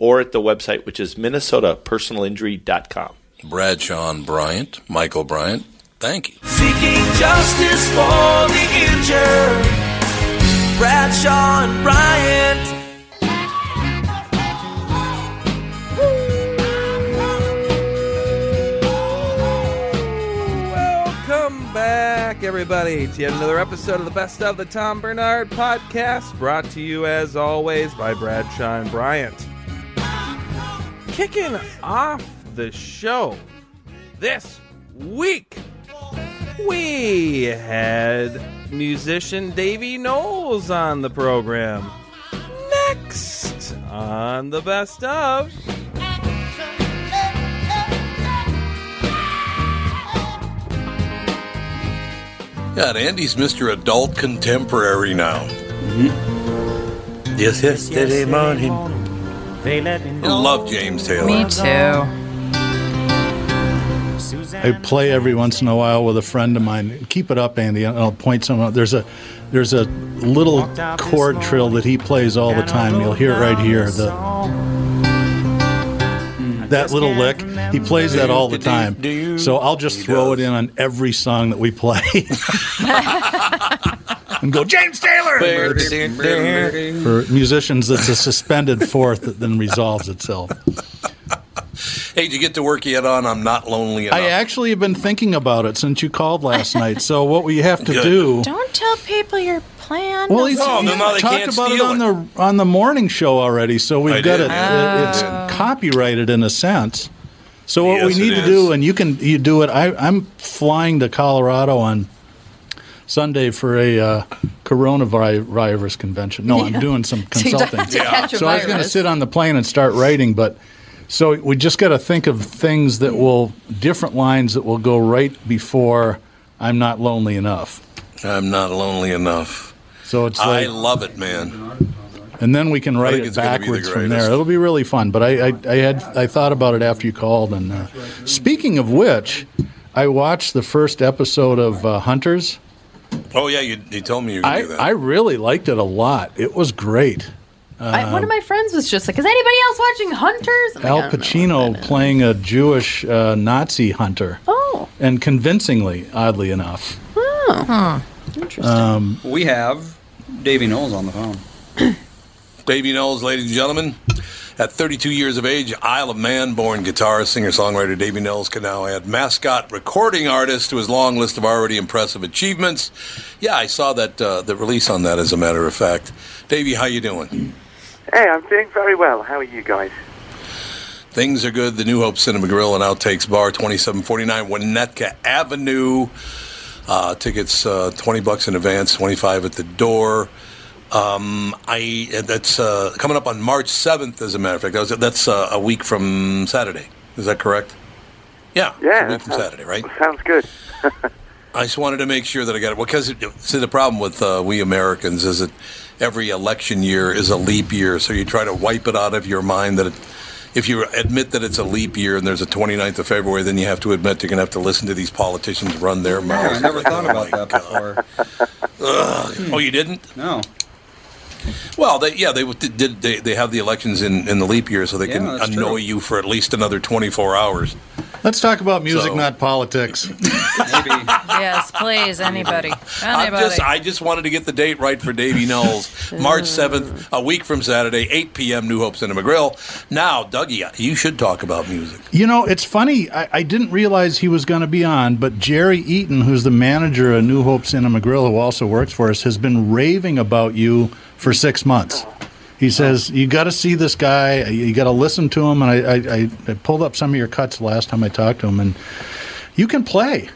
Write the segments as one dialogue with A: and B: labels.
A: or at the website, which is minnesotapersonalinjury.com.
B: Brad Sean Bryant, Michael Bryant. Thank you.
C: Seeking justice for the injured. Bradshaw and Bryant.
D: Welcome back, everybody, to yet another episode of the Best of the Tom Bernard Podcast, brought to you as always by Bradshaw and Bryant. Kicking off the show this week, we had musician Davey Knowles on the program. Next on the Best of.
B: God, Andy's Mr. Adult Contemporary now. Mm-hmm. Yes, yesterday morning. I love James Taylor.
E: Me too.
F: I play every once in a while with a friend of mine. Keep it up, Andy, and I'll point some out. There's a there's a little chord trill that he plays all the time. You'll hear it right here. The that little lick, he plays that all the time. So I'll just throw it in on every song that we play. and go James Taylor for musicians. That's a suspended fourth that then resolves itself.
B: Hey, did you get to work yet on I'm Not Lonely Enough?
F: I actually have been thinking about it since you called last night. So what we have to
B: Good.
F: do?
E: Don't tell people your plan.
F: Well, he's
B: No, no, no, they
F: talked
B: can't
F: about it
B: steal
F: on
B: it.
F: the on the morning show already, so we've
B: I
F: got
B: did,
F: it.
B: yeah.
F: it- It's
E: Oh.
F: copyrighted in a sense. So what
B: Yes,
F: we need
B: it
F: to
B: is.
F: do, and you can you do it. I, I'm flying to Colorado on Sunday for a uh, coronavirus convention. No, I'm doing some
E: So you don't
F: consulting.
E: have to catch a
F: So I was going to
E: virus.
F: sit on the plane and start writing, but so we just got to think of things that will different lines that will go right before I'm not lonely enough.
B: I'm Not Lonely Enough.
F: So it's
B: I
F: like,
B: love it, man.
F: and then we can write
B: think
F: it
B: it's gonna be the
F: backwards from there.
B: greatest.
F: It'll be really fun. But I, I, I had I thought about it after you called. And uh, speaking of which, I watched the first episode of uh, Hunters.
B: Oh, yeah, you, you told me you were
F: I,
B: going to do that.
F: I really liked it a lot. It was great.
E: I, one of my friends was just like, "Is anybody else watching Hunters?" I'm like,
F: Um, Al
E: "I don't know what
F: Pacino
E: that is."
F: playing a Jewish uh, Nazi hunter.
E: Oh,
F: and convincingly, oddly enough. Um,
E: oh, interesting.
G: We have Davy Knowles on the phone.
B: Davey Knowles, ladies and gentlemen. At 32 years of age, Isle of Man born guitarist, singer songwriter Davey Knowles can now add mascot recording artist to his long list of already impressive achievements. Yeah, I saw that uh, the release on that, as a matter of fact. Davey, how you doing?
H: Hey, I'm doing very well. How are you guys?
B: Things are good. The New Hope Cinema Grill and Outtakes Bar, 2749 Winnetka Avenue. Uh, tickets uh, 20 bucks in advance, 25 at the door. Um, I uh, that's uh, coming up on March 7th, as a matter of fact. That was, that's uh, a week from Saturday. Is that correct? Yeah, it's a week from Saturday, right?
H: Sounds good.
B: I just wanted to make sure that I got it. Because see, the problem with uh, we Americans is that every election year is a leap year, so you try to wipe it out of your mind that it, if you admit that it's a leap year and there's a 29th of February, then you have to admit you're going to have to listen to these politicians run their mouths.
G: I never thought about that before.
B: Ugh. Oh, you didn't?
G: No.
B: Well, they, yeah, they w- did. They, they have the elections in, in the leap year, so they
G: Yeah,
B: can
G: that's
B: annoy
G: true.
B: you for at least another 24 hours.
F: Let's talk about music,
B: So-
F: not politics.
I: yes, please, anybody.
B: I'm
I: Anybody.
B: just, I just wanted to get the date right for Davy Knowles. March 7th, a week from Saturday, 8 p.m., New Hope Cinema Grill. Now, Dougie, you should talk about music.
F: You know, it's funny. I, I didn't realize he was going to be on, but Jerry Eaton, who's the manager of New Hope Cinema Grill, who also works for us, has been raving about you for six months. He says you got to see this guy. You got to listen to him. And I, I, I, I pulled up some of your cuts last time I talked to him, and you can play.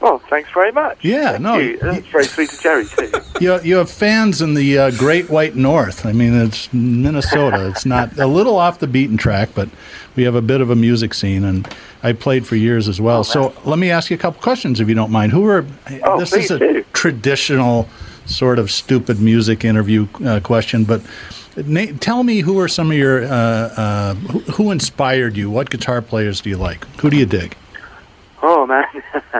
J: Well, thanks very much.
F: Yeah,
J: Thank
F: no,
J: you. That's very sweet of Jerry, too.
F: You, you have fans in the uh, Great White North. I mean, it's Minnesota. It's not a little off the beaten track, but we have a bit of a music scene, and I played for years as well. so let me ask you a couple questions, if you don't mind. Who are
J: Oh,
F: this is
J: please
F: a
J: do.
F: traditional sort of stupid music interview uh, question, but na- tell me who are some of your uh, uh, who, who inspired you? What guitar players do you like? Who do you dig?
J: Oh man,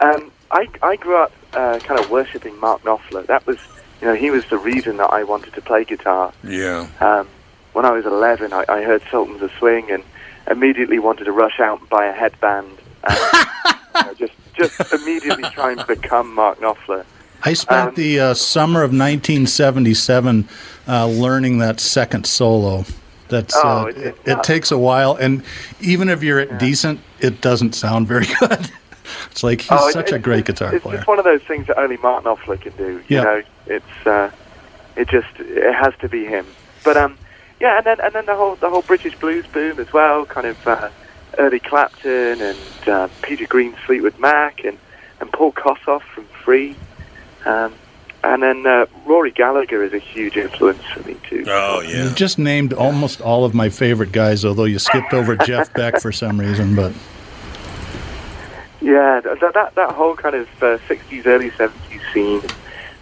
J: um, I I grew up uh, kind of worshiping Mark Knopfler. That was, you know, he was the reason that I wanted to play guitar.
B: Yeah.
J: Um, when I was 11, I, I heard Sultans of Swing and immediately wanted to rush out and buy a headband and you know, just just immediately try and become Mark Knopfler.
F: I
J: Um,
F: spent the uh, summer of 1977 uh, learning that second solo. That's
J: Oh,
F: uh,
J: it's-
F: it,
J: it's
F: it
J: tough.
F: takes a while, and even if you're decent, it doesn't sound very good. it's like he's
J: Oh, it-
F: such a
J: it's-
F: great guitar
J: it's
F: player.
J: just one of those things that only Mark Knopfler can do.
F: Yeah.
J: You know, it's uh, it just it has to be him. But um, yeah, and then and then the whole the whole British blues boom as well, kind of uh, early Clapton and uh, Peter Green's Fleetwood Mac and and Paul Kossoff from Free, um, and then uh, Rory Gallagher is a huge influence for me too.
B: Oh
F: You just named almost all of my favorite guys, although you skipped over Jeff Beck for some reason. But
J: Yeah, th- that that, that whole kind of uh, '60s, early '70s scene,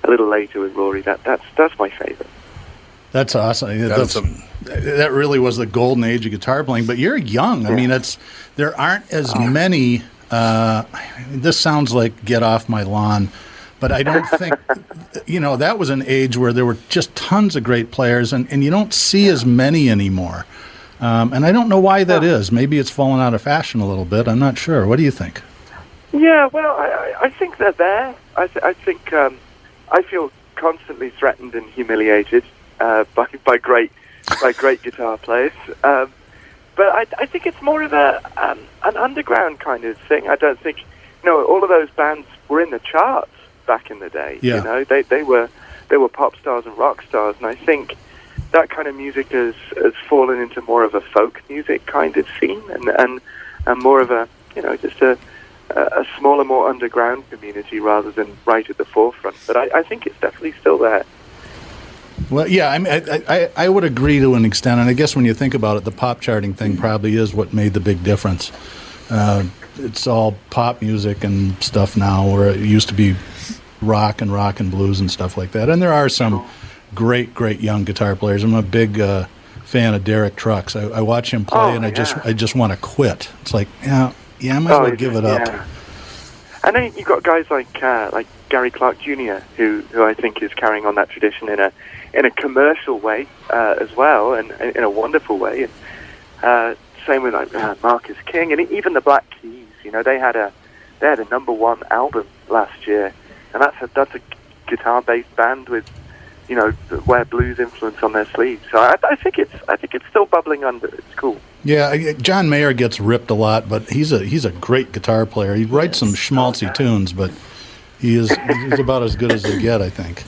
J: a little later with Rory. That that's that's my favourite.
F: that's awesome. That's- that really was the golden age of guitar playing. But you're young. I mean, it's there aren't as many. Uh, this sounds like get off my lawn, but I don't think you know that was an age where there were just tons of great players, and and you don't see as many anymore. Um, and I don't know why that is. Maybe it's fallen out of fashion a little bit. I'm not sure. What do you think?
J: Yeah, well, I, I I think they're there. I, th- I think um, I feel constantly threatened and humiliated uh, by by great by great guitar players. Um, but I, I think it's more of a um, an underground kind of thing. I don't think you know all of those bands were in the charts back in the day.
K: Yeah.
J: You know, they they were they were pop stars and rock stars, and I think that kind of music has has fallen into more of a folk music kind of scene, and and and more of a you know just a a a smaller, more underground community rather than right at the forefront. But I, I think it's definitely still there.
F: Well, yeah, I, mean, I, I I would agree to an extent, and I guess when you think about it, the pop charting
J: Hmm.
F: thing probably is what made the big difference. Uh, it's all pop music and stuff now, where it used to be rock and rock and blues and stuff like that. And there are some great, great young guitar players. I'm a big uh, fan of Derek Trucks. I, I watch him play, and I just I just want to quit. It's like, yeah, yeah, I might as
J: Oh, Oh,
F: well give it up.
J: yeah. And then you've got guys like uh, like Gary Clark Jr., who who I think is carrying on that tradition in a in a commercial way uh, as well, and and in a wonderful way. And uh, same with like uh, Marcus King, and even the Black Keys. You know, they had a they had a number one album last year, and that's a that's a guitar based band with you know wear blues influence on their sleeves. So I, I think it's I think it's still bubbling under. It's cool.
F: Yeah, I- John Mayer gets ripped a lot, but he's a he's a great guitar player. He writes some schmaltzy tunes, but he is he's about as good as they get, I think.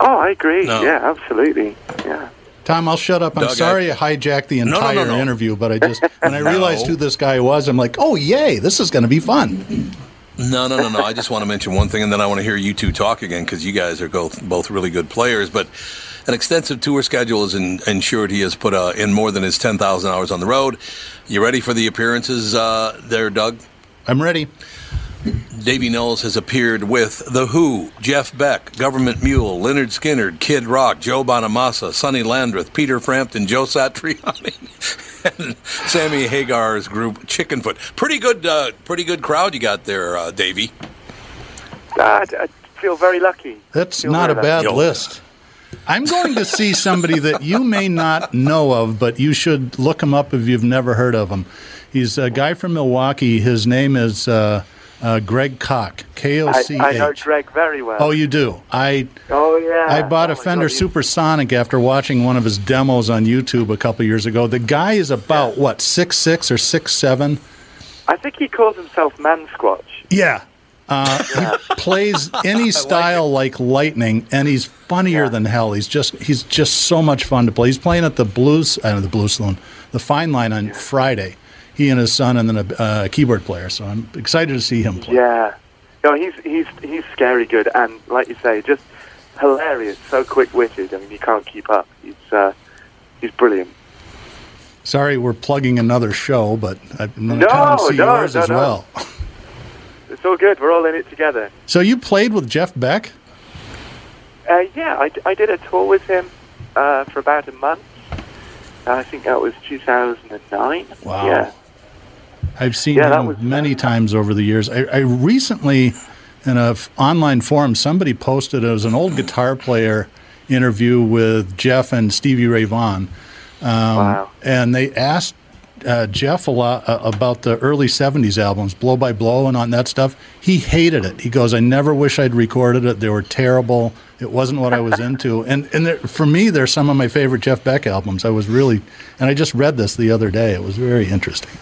J: Oh, I agree. Yeah, absolutely. Yeah.
F: Tom, I'll shut up. I'm
J: Doug, I-
F: sorry I, hijacked the
J: No, no, no,
F: entire
J: no.
F: interview, but I just when I
B: No.
F: realized who this guy was, I'm like, oh yay, this is going to be fun.
B: No, no, no, no. I just want to mention one thing, and then I want to hear you two talk again because you guys are both both really good players. But an extensive tour schedule is in, ensured. He has put uh, in more than his ten thousand hours on the road. You ready for the appearances uh, there, Doug?
F: I'm ready.
B: Davy Knowles has appeared with The Who, Jeff Beck, Government Mule, Leonard Skinner, Kid Rock, Joe Bonamassa, Sonny Landreth, Peter Frampton, Joe Satriani, and Sammy Hagar's group Chickenfoot. Pretty good, uh, pretty good crowd you got there, uh, Davy.
J: Uh, I, I feel very lucky.
F: That's
J: Feel
F: not a
J: very
F: bad
J: lucky.
F: list. I'm going to see somebody that you may not know of, but you should look him up if you've never heard of him. He's a guy from Milwaukee. His name is uh, uh, Greg Koch. K O
J: I,
F: C
J: I know
F: H.
J: Greg very well.
F: Oh, you do. I
J: Oh yeah.
F: I bought a Fender Supersonic after watching one of his demos on YouTube a couple years ago. The guy is about what six six or six seven.
J: I think he calls himself Man Squatch.
F: Yeah. Uh, He plays any style like, lightning, and he's funnier than hell. He's just he's just so much fun to play. He's playing at the blues, uh, the blues saloon, the Fine Line on Friday. He and his son, and then a uh, keyboard player. So I'm excited to see him play.
J: Yeah. No, he's he's he's scary good, and like you say, just hilarious. So quick witted. I mean, you can't keep up. He's uh, he's brilliant.
F: Sorry, we're plugging another show, but I'm going
J: No,
F: to come and see
J: no,
F: yours
J: no,
F: as
J: no.
F: well.
J: It's all good. We're all in it together.
F: So you played with Jeff Beck?
J: Uh, yeah, I, d- I did a tour with him uh, for about a month. Uh, I think that was 2009.
F: Wow.
J: Yeah.
F: I've seen
J: Yeah, that
F: him many times over the years. I, I recently, in a f- online forum, somebody posted it was an old guitar player interview with Jeff and Stevie Ray Vaughan, um, and they asked uh, Jeff a lot uh, about the early '70s albums, Blow by Blow, and on that stuff. He hated it. He goes, "I never wish I'd recorded it. They were terrible. It wasn't what I was into." And and there, for me, they're some of my favorite Jeff Beck albums. I was really, and I just read this the other day. It was very interesting.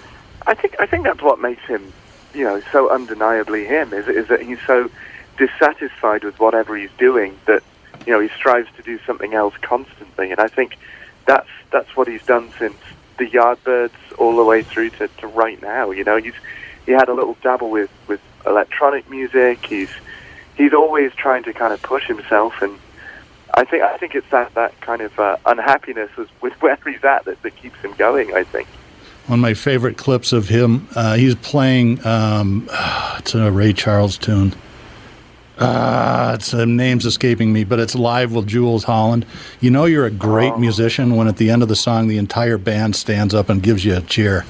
J: I think I think that's what makes him, you know, so undeniably him is is that he's so dissatisfied with whatever he's doing that you know he strives to do something else constantly, and I think that's that's what he's done since the Yardbirds all the way through to, to right now. You know, he's he had a little dabble with with electronic music. He's he's always trying to kind of push himself and. I think I think it's that, that kind of uh, unhappiness with, with where he's at that, that keeps him going. I think.
F: one of my favorite clips of him. Uh, he's playing. Um, it's a Ray Charles tune. Uh, it's the name's escaping me, but it's live with Jules Holland. You know you're a great musician when at the end of the song the entire band stands up and gives you a cheer.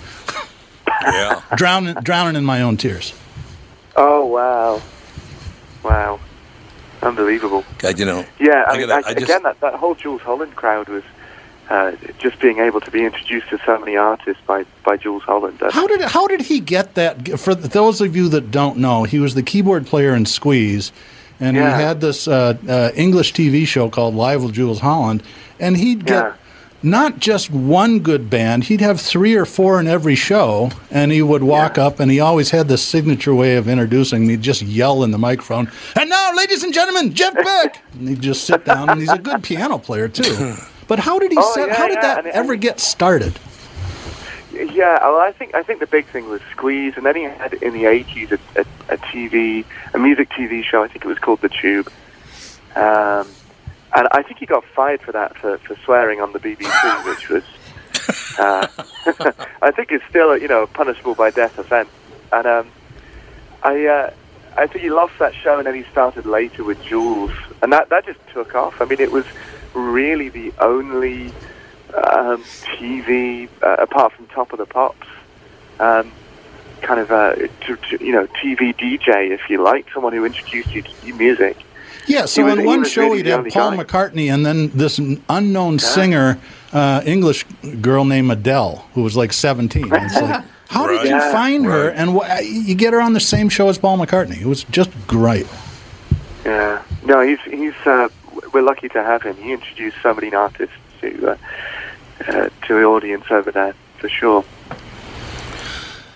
B: Yeah.
F: drowning, drowning in my own tears.
J: Oh wow, wow, unbelievable!
B: God, you know.
J: Yeah, I,
B: I
J: mean,
B: gotta-
J: I,
B: I just-
J: again, that, that whole Jules Holland crowd was uh, just being able to be introduced to so many artists by by Jules Holland. Uh,
F: How did how did he get that? For those of you that don't know, he was the keyboard player in Squeeze, and
J: Yeah.
F: he had this uh, uh, English TV show called Live with Jules Holland, and he'd get not just one good band; he'd have three or four in every show, and he would walk up, and he always had this signature way of introducing. He'd just yell in the microphone, and now, ladies and gentlemen, Jeff Beck, and he'd just sit down, and he's a good piano player too. But how did he
J: Oh,
F: set?
J: yeah,
F: how did
J: yeah,
F: that
J: and- and-
F: ever get started?
J: Yeah, well, I think I think the big thing was Squeeze, and then he had in the eighties a, a, a TV, a music TV show. I think it was called The Tube, um, and I think he got fired for that for, for swearing on the BBC, which was uh, I think it's still you know punishable by death offence. And um, I uh, I think he lost that show, and then he started later with Jules, and that that just took off. I mean, it was really the only um, TV, uh, apart from Top of the Pops, um, kind of uh, to, to, you know TV DJ, if you like, someone who introduced you to new music.
F: Yeah, so
J: He was-
F: in
J: he
F: one
J: was
F: show
J: really
F: he'd
J: the
F: have
J: only
F: Paul
J: guy.
F: McCartney and then this n- unknown singer, uh, English girl named Adele, who was like 17. And it's like, how did you
J: Right.
F: find her? And wh- you get her on the same show as Paul McCartney. It was just great.
J: Yeah, no, he's he's uh, we're lucky to have him. He introduced so many artists to uh, uh, to the audience over there for sure.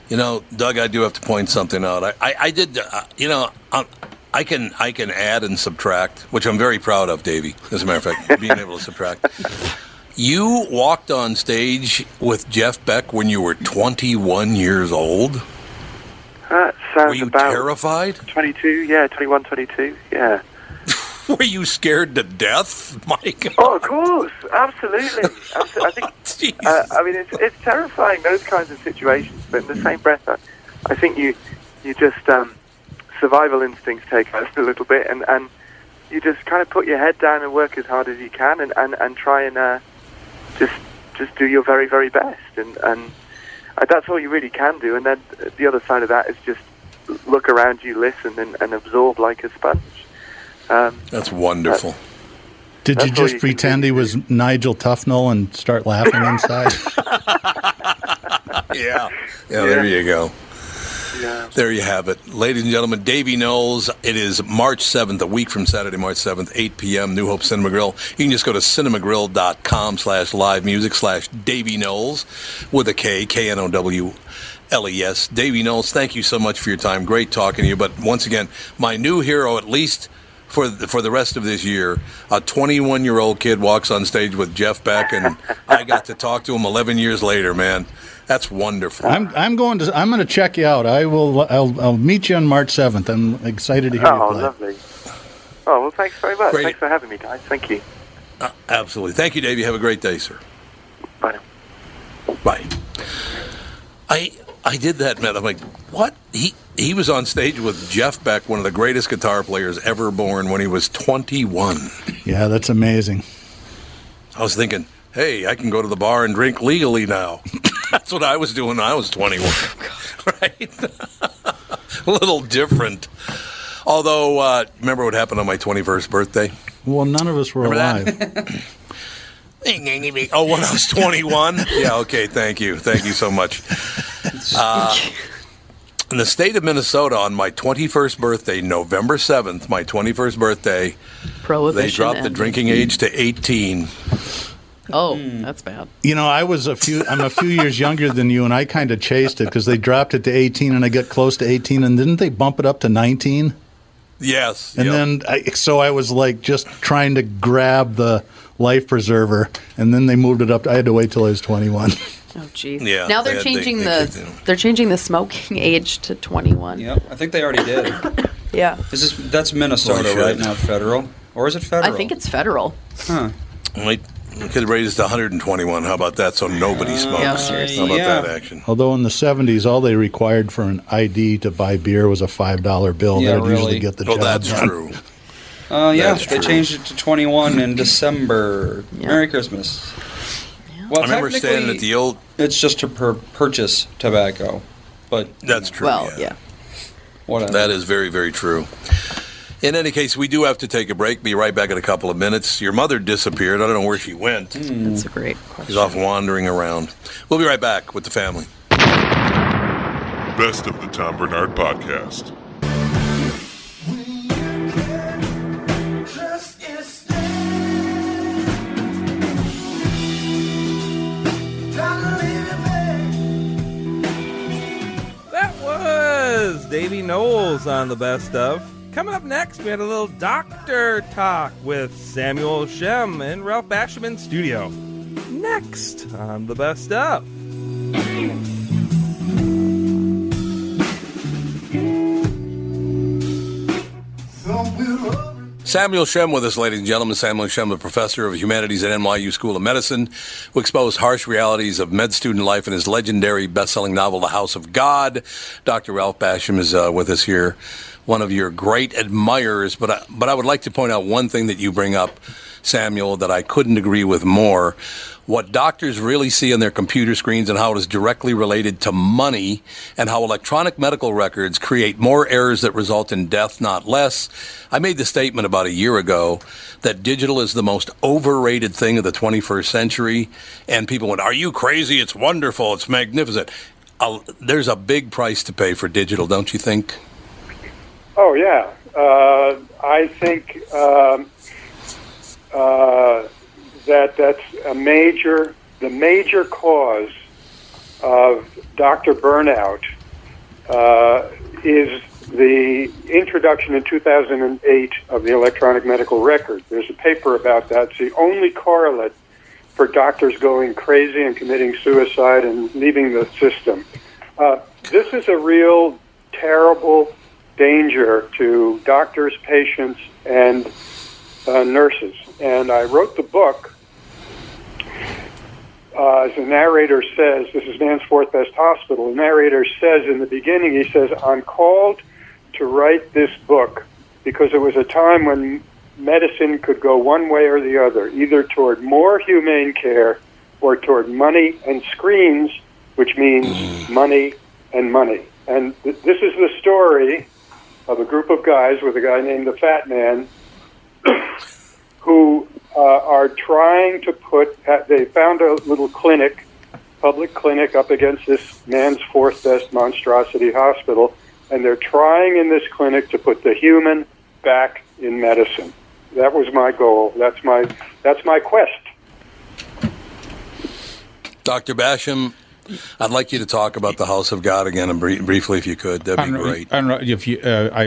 B: You know, Doug, I do have to point something out. I, I, I did, uh, you know, I, I can I can add and subtract, which I'm very proud of, Davey. As a matter of fact, being able to subtract. You walked on stage with Jeff Beck when you were 21 years old.
J: That sounds
B: Were you
J: about
B: terrified?
J: 22, yeah, 21, 22, yeah.
B: Were you scared to death, Mike?
J: Oh, of course, absolutely. Absolutely. I think. uh, I mean, it's, it's terrifying those kinds of situations, but in the same breath, I, I think you you just um, survival instincts take over a little bit, and, and you just kind of put your head down and work as hard as you can, and, and, and try and uh, just just do your very very best, and and uh, that's all you really can do. And then the other side of that is just look around you, listen, and, and absorb like a sponge. Um,
B: That's wonderful.
F: Did you
J: That's all
F: just
J: you can
F: pretend he was Nigel Tufnell and start laughing inside?
B: yeah. Yeah, there you go. There you have it. Ladies and gentlemen, Davey Knowles. It is March 7th, a week from Saturday, March 7th, 8 p.m., New Hope Cinema Grill. You can just go to cinemagrill.com slash live music slash Davey Knowles with a K, K-N-O-W. L-E-S. Davey Knowles, thank you so much for your time. Great talking to you. But once again, my new hero, at least for the, for the rest of this year, a 21 year old kid walks on stage with Jeff Beck, and I got to talk to him 11 years later, man. That's wonderful.
F: I'm I'm going to I'm going to check you out. I will I'll, I'll meet you on March seventh. I'm excited to hear
J: oh,
F: you play.
J: lovely. Oh well, thanks very much.
B: Great.
J: Thanks for having me, guys. Thank you.
B: Uh, absolutely. Thank you, Dave. You have a great day, sir.
J: Bye.
B: Bye. I I did that, man. I'm like, what? He he was on stage with Jeff Beck, one of the greatest guitar players ever born, when he was 21.
F: Yeah, that's amazing.
B: I was thinking, hey, I can go to the bar and drink legally now. That's what I was doing when I was 21. right? a little different. Although, uh, remember what happened on my 21st birthday?
F: Well, none of us were alive.
B: Oh, when I was 21? yeah, okay, thank you. Thank you so much. Uh, in the state of Minnesota, on my 21st birthday, November 7th, my 21st birthday,
E: Prohibition
B: they dropped the
E: ended.
B: drinking age to 18.
E: Oh, that's bad.
F: You know, I was a few. I'm a few years younger than you, and I kind of chased it because they dropped it to 18, and I got close to 18, and didn't they bump it up to 19?
B: Yes.
F: And then, I, so I was like just trying to grab the life preserver, and then they moved it up. I had to wait till I was 21.
E: Oh, jeez.
B: Yeah,
E: Now they're
B: they- they-
E: changing
B: they
E: the they're changing the smoking age to 21.
G: Yep, I think they already did.
E: Yeah.
G: Is this that's Minnesota
B: Well, you
G: right
B: should.
G: now? Federal or is it federal?
E: I think it's federal.
G: Huh.
B: Like, we could raise it to 121. How about that? So nobody smokes.
E: yeah,
B: How
E: seriously.
B: about
G: Yeah.
B: that action?
F: Although in the 70s, all they required for an ID to buy beer was a five dollar bill.
G: Yeah,
F: that would usually
G: really.
F: get the
B: Oh,
F: job
B: that's
F: done.
B: true.
G: Uh, yeah,
B: That's
G: they
B: true.
G: changed it to 21 in December. Merry Christmas. Well,
B: I remember standing at the old.
G: It's just to per- purchase tobacco, but
B: that's true. Well, yeah.
G: Whatever.
B: That is very, very true. In any case, we do have to take a break. Be right back in a couple of minutes. Your mother disappeared. I don't know where she went.
G: Hmm.
E: That's a great question.
B: She's off wandering around. We'll be right back with the family.
K: Best of the Tom Bernard Podcast.
D: That was Davey Knowles on the best of. Coming up next, we had a little doctor talk with Samuel Shem in Ralph Basherman Studio. Next on the best of.
B: Samuel Shem with us, ladies and gentlemen. Samuel Shem, a professor of humanities at NYU School of Medicine, who exposed harsh realities of med student life in his legendary best-selling novel, The House of God. Dr. Ralph Basham is uh, with us here, one of your great admirers. But I, but I would like to point out one thing that you bring up, Samuel, that I couldn't agree with more. What doctors really see on their computer screens and how it is directly related to money, and how electronic medical records create more errors that result in death, not less. I made the statement about a year ago that digital is the most overrated thing of the 21st century, and people went, Are you crazy? It's wonderful, it's magnificent. i there's a big price to pay for digital, don't you think?
L: Oh yeah, uh, I think um, uh, that that's a major, the major cause of doctor burnout uh, is the introduction in 2008 of the electronic medical record. There's a paper about that. It's the only correlate for doctors going crazy and committing suicide and leaving the system. Uh, this is a real terrible danger to doctors, patients, and uh, nurses. And I wrote the book. Uh, as the narrator says, this is Mansforth Best Hospital. The narrator says in the beginning, he says, I'm called to write this book because it was a time when medicine could go one way or the other, either toward more humane care or toward money and screens, which means money and money. And th- this is the story of a group of guys with a guy named the Fat Man who uh, are trying to put, uh, they found a little clinic, public clinic, up against this man's fourth best monstrosity hospital, and they're trying in this clinic to put the human back in medicine. That was my goal. That's my that's my quest.
B: Dr. Basham, I'd like you to talk about the House of God again and brie- briefly, if you could. That'd be
M: I don't know-
B: great.
M: I don't know if you, uh, I,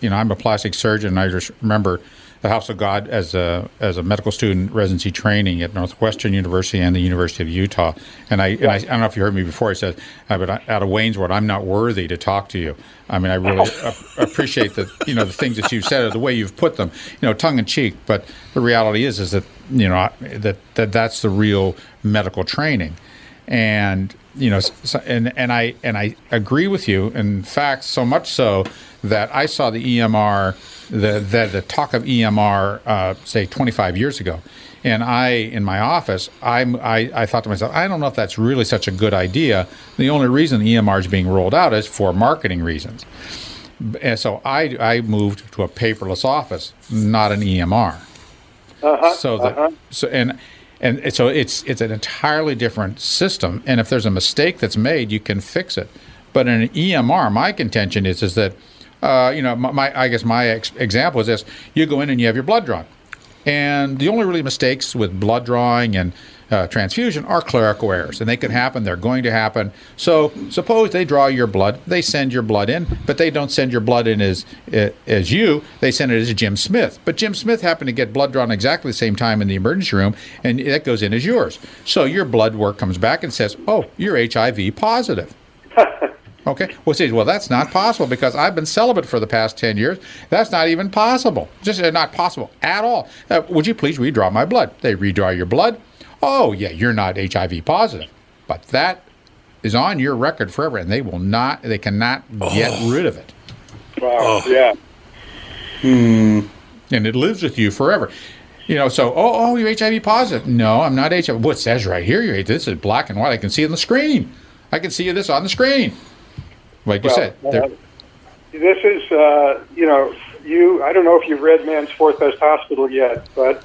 M: you know, I'm a plastic surgeon. I just remember the House of God as a as a medical student residency training at Northwestern University and the University of Utah. And I, and I, I don't know if you heard me before. I said, uh, but I- out of Wayneswood, I'm not worthy to talk to you. I mean, I really ap- appreciate the you know the things that you've said or the way you've put them, you know, tongue in cheek. But the reality is, is that you know I- that, that that's the real medical training and you know, s- so, and and I and I agree with you. In fact, so much so that I saw the EMR, the the, the talk of EMR, uh, say 25 years ago, and I in my office, I'm, I I thought to myself, I don't know if that's really such a good idea. The only reason the E EMR is being rolled out is for marketing reasons. B- And so I I moved to a paperless office, not an E EMR so that so and and so it's it's an entirely different system and if there's a mistake that's made you can fix it but in an emr my contention is is that uh, you know my, my i guess my ex- example is this you go in and you have your blood drawn and the only really mistakes with blood drawing and uh, transfusion are clerical errors, and they can happen. They're going to happen. So suppose they draw your blood, they send your blood in, but they don't send your blood in as eh, as you. They send it as Jim Smith. But Jim Smith happened to get blood drawn exactly the same time in the emergency room, and that goes in as yours. So your blood work comes back and says, "Oh, you're HIV positive." Okay. Well, see, well, that's not possible because I've been celibate for the past 10 years. That's not even possible. Just uh, not possible at all. Uh, would you please redraw my blood? They redraw your blood. Oh, yeah, you're not HIV positive. But that is on your record forever, and they will not, they cannot get rid of it.
L: Wow. Yeah.
M: Hmm. And it lives with you forever. You know, so, oh, oh, you're HIV positive. No, I'm not HIV. What it says right here, you're, this is black and white. I can see it on the screen. I can see this on the screen. Like you
L: Well,
M: said,
L: uh,
M: they're-
L: This is, uh, you know, you. I don't know if you've read Man's Fourth Best Hospital yet, but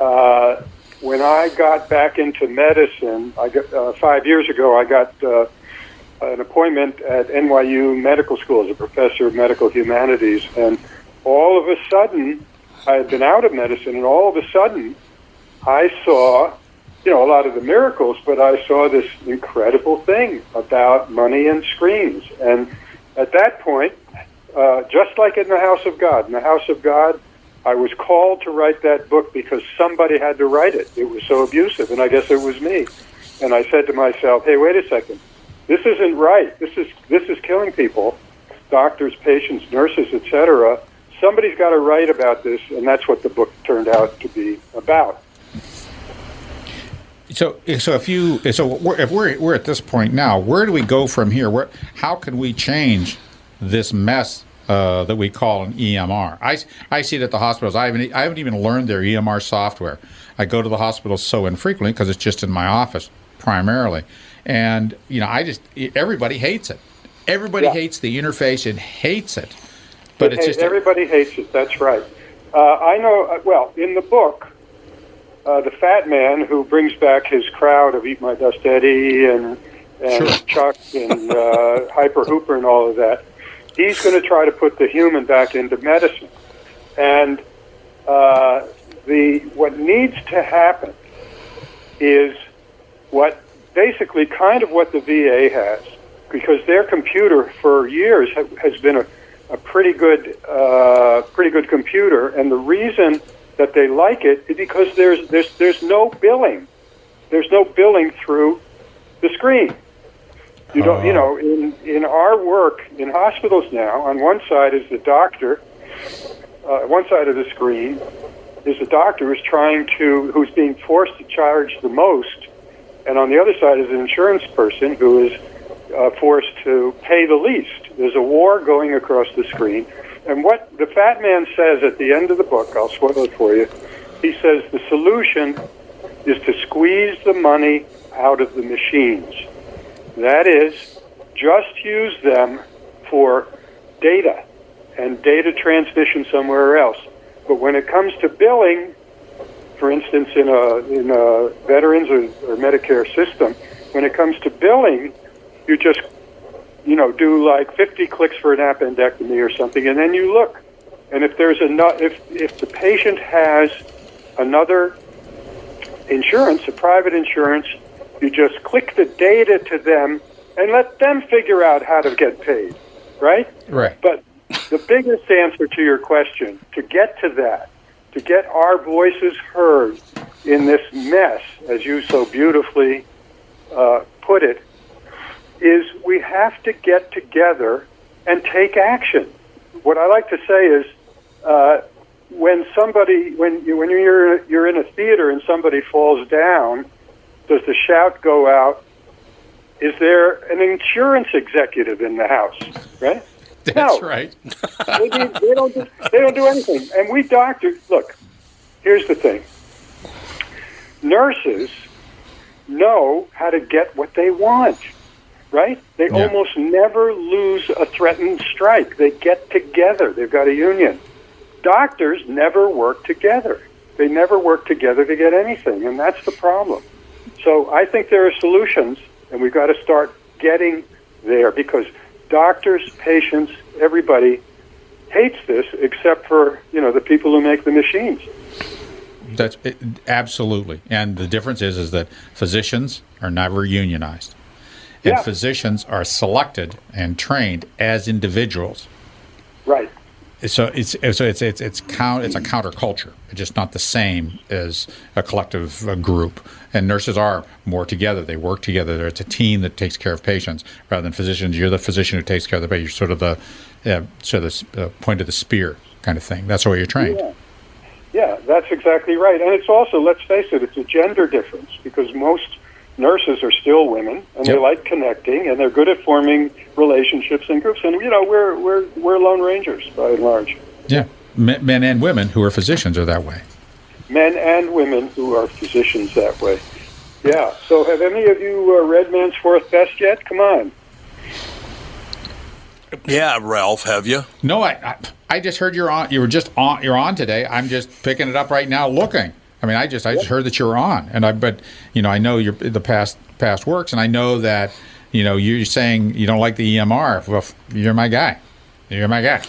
L: uh, when I got back into medicine, I got, uh, five years ago, I got uh, an appointment at NYU Medical School as a professor of medical humanities, and all of a sudden, I had been out of medicine, and all of a sudden, I saw, you know, a lot of the miracles, but I saw this incredible thing about money and screens. And at that point, uh, just like in the house of God, in the house of God, I was called to write that book because somebody had to write it. It was so abusive, and I guess it was me. And I said to myself, "Hey, wait a second. This isn't right. This is this is killing people, doctors, patients, nurses, etc. Somebody's got to write about this, and that's what the book turned out to be about."
M: So, so if you, so we're, if we're we're at this point now, where do we go from here? Where, how can we change this mess uh, that we call an EMR? I, s- I see it at the hospitals. I haven't I haven't even learned their EMR software. I go to the hospitals so infrequently because it's just in my office primarily, and you know I just everybody hates it. Everybody hates the interface and hates it. But
L: It
M: it's
L: hates-
M: just
L: everybody hates it. That's right. Uh, I know. Uh, well, in the book, uh, the fat man who brings back his crowd of Eat My Dust Eddie and and Chuck and uh, Hyper Hooper and all of that, he's going to try to put the human back into medicine. And uh, the what needs to happen is what basically kind of what the VA has, because their computer for years ha- has been a a pretty good uh, pretty good computer, and the reason that they like it is because there's there's there's no billing, there's no billing through the screen. You don't,
J: Uh.
L: you know, in in our work in hospitals now, on one side is the doctor, uh, one side of the screen is the doctor who's trying to who's being forced to charge the most, and on the other side is an insurance person who is uh, forced to pay the least. There's a war going across the screen. And what the fat man says at the end of the book, I'll spoil it for you, he says the solution is to squeeze the money out of the machines. That is, just use them for data and data transmission somewhere else. But when it comes to billing, for instance, in a, in a veterans or, or Medicare system, when it comes to billing, you just, you know, do like 50 clicks for an appendectomy or something, and then you look. And if there's another, if, if the patient has another insurance, a private insurance, you just click the data to them and let them figure out how to get paid, right?
M: Right.
L: But the biggest answer to your question, to get to that, to get our voices heard in this mess, as you so beautifully uh, put it, is we have to get together and take action. What I like to say is, uh, when somebody, when you, when you're you're in a theater and somebody falls down, does the shout go out? Is there an insurance executive in the house? Right?
M: That's right.
L: they, do, they, don't do, they don't do anything. And we doctors, look, here's the thing nurses know how to get what they want, right? They
N: Yeah.
L: almost never lose a threatened strike. They get together, they've got a union. Doctors never work together, they never work together to get anything, and that's the problem. So I think there are solutions, and we've got to start getting there because doctors, patients, everybody hates this except for, you know, the people who make the machines.
M: That's it, absolutely. And the difference is is that physicians are never unionized, and
L: Yeah.
M: physicians are selected and trained as individuals.
L: Right.
M: So it's so it's it's it's count it's a counterculture. It's just not the same as a collective uh group. And nurses are more together. They work together. They're- It's a team that takes care of patients rather than physicians. You're the physician who takes care of the patient. You're sort of the uh, sort of the uh, point of the spear kind of thing. That's why you're trained.
L: Yeah. yeah, that's exactly right. And it's also, let's face it, it's a gender difference because most nurses are still women and they
M: Yep.
L: like connecting and they're good at forming relationships and groups. And, you know, we're, we're, we're Lone Rangers by and large.
M: Yeah, men, men and women who are physicians are that way.
L: men and women who are physicians that way. Yeah. So, have any of you uh, read Man's Fourth Best yet? Come on.
B: Yeah, Ralph, have you?
M: No, I, I I just heard you're on. You were just on. You're on today. I'm just picking it up right now, looking. I mean, I just I just heard that you're on, and I but you know I know your the past past works, and I know that you know you're saying you don't like the EMR. Well, f- you're my guy. You're my guy.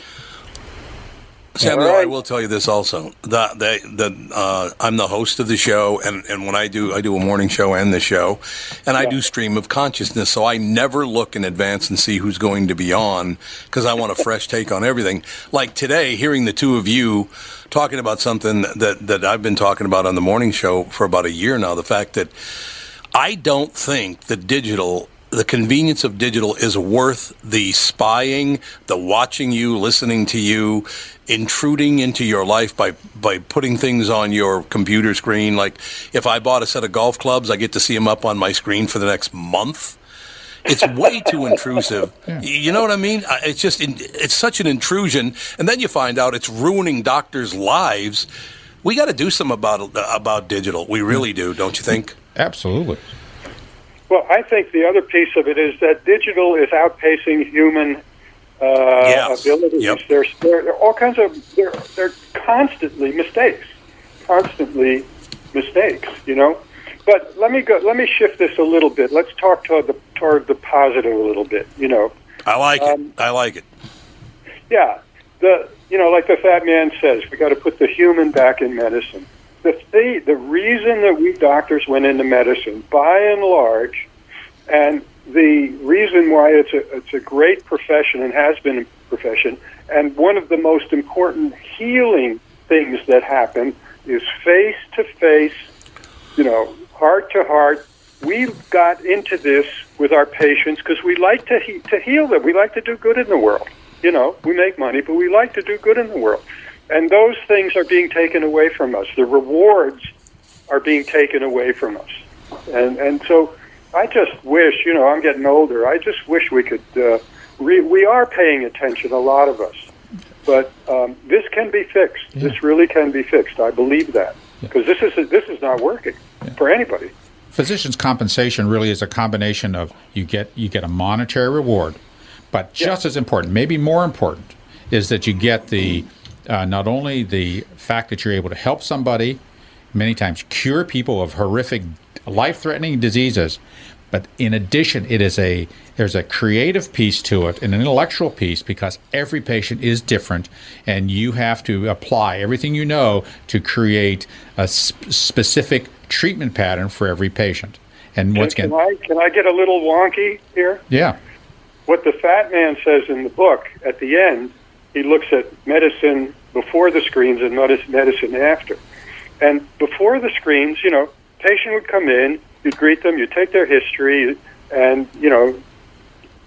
B: Samuel, I will tell you this also. The, the, the, uh, I'm the host of the show, and, and when I do, I do a morning show and the show, and I do stream of consciousness, so I never look in advance and see who's going to be on because I want a fresh take on everything. Like today, hearing the two of you talking about something that, that I've been talking about on the morning show for about a year now the fact that I don't think the digital, the convenience of digital is worth the spying, the watching you, listening to you, intruding into your life by, by putting things on your computer screen. Like if I bought a set of golf clubs, I get to see them up on my screen for the next month. It's way too intrusive. Y- You know what I mean? I- It's just, in- it's such an intrusion. And then you find out it's ruining doctors' lives. We got to do some about about digital. We really do, don't you think?
M: Absolutely.
L: Well, I think the other piece of it is that digital is outpacing human uh, abilities. There's there, there are all kinds of there there are constantly mistakes, constantly mistakes. You know, but let me go. Let me shift this a little bit. Let's talk toward the toward the positive a little bit. You know,
B: I like it. I like it.
L: Yeah, the you know, like the fat man says, we got to put the human back in medicine. The th- the reason that we doctors went into medicine, by and large, and the reason why it's a it's a great profession and has been a profession, and one of the most important healing things that happen is face to face, you know, heart to heart. We got into this with our patients because we like to he- to heal them. We like to do good in the world you know, we make money, but we like to do good in the world. And those things are being taken away from us. The rewards are being taken away from us. And and so I just wish, you know, I'm getting older. I just wish we could uh, re- we are paying attention, a lot of us. But um, this can be fixed. This really can be fixed. I believe that because this is this is not working for anybody.
M: physicians compensation really is a combination of you get you get a monetary reward but just as important maybe more important is that you get the uh, not only the fact that you're able to help somebody many times cure people of horrific life-threatening diseases but in addition it is a there's a creative piece to it and an intellectual piece because every patient is different and you have to apply everything you know to create a sp- specific treatment pattern for every patient and once
L: can
M: again
L: I can I get a little wonky here?
M: yeah
L: What the fat man says in the book at the end, he looks at medicine before the screens and medis- medicine after. And before the screens, you know, patient would come in, you'd greet them, you'd take their history, and you know,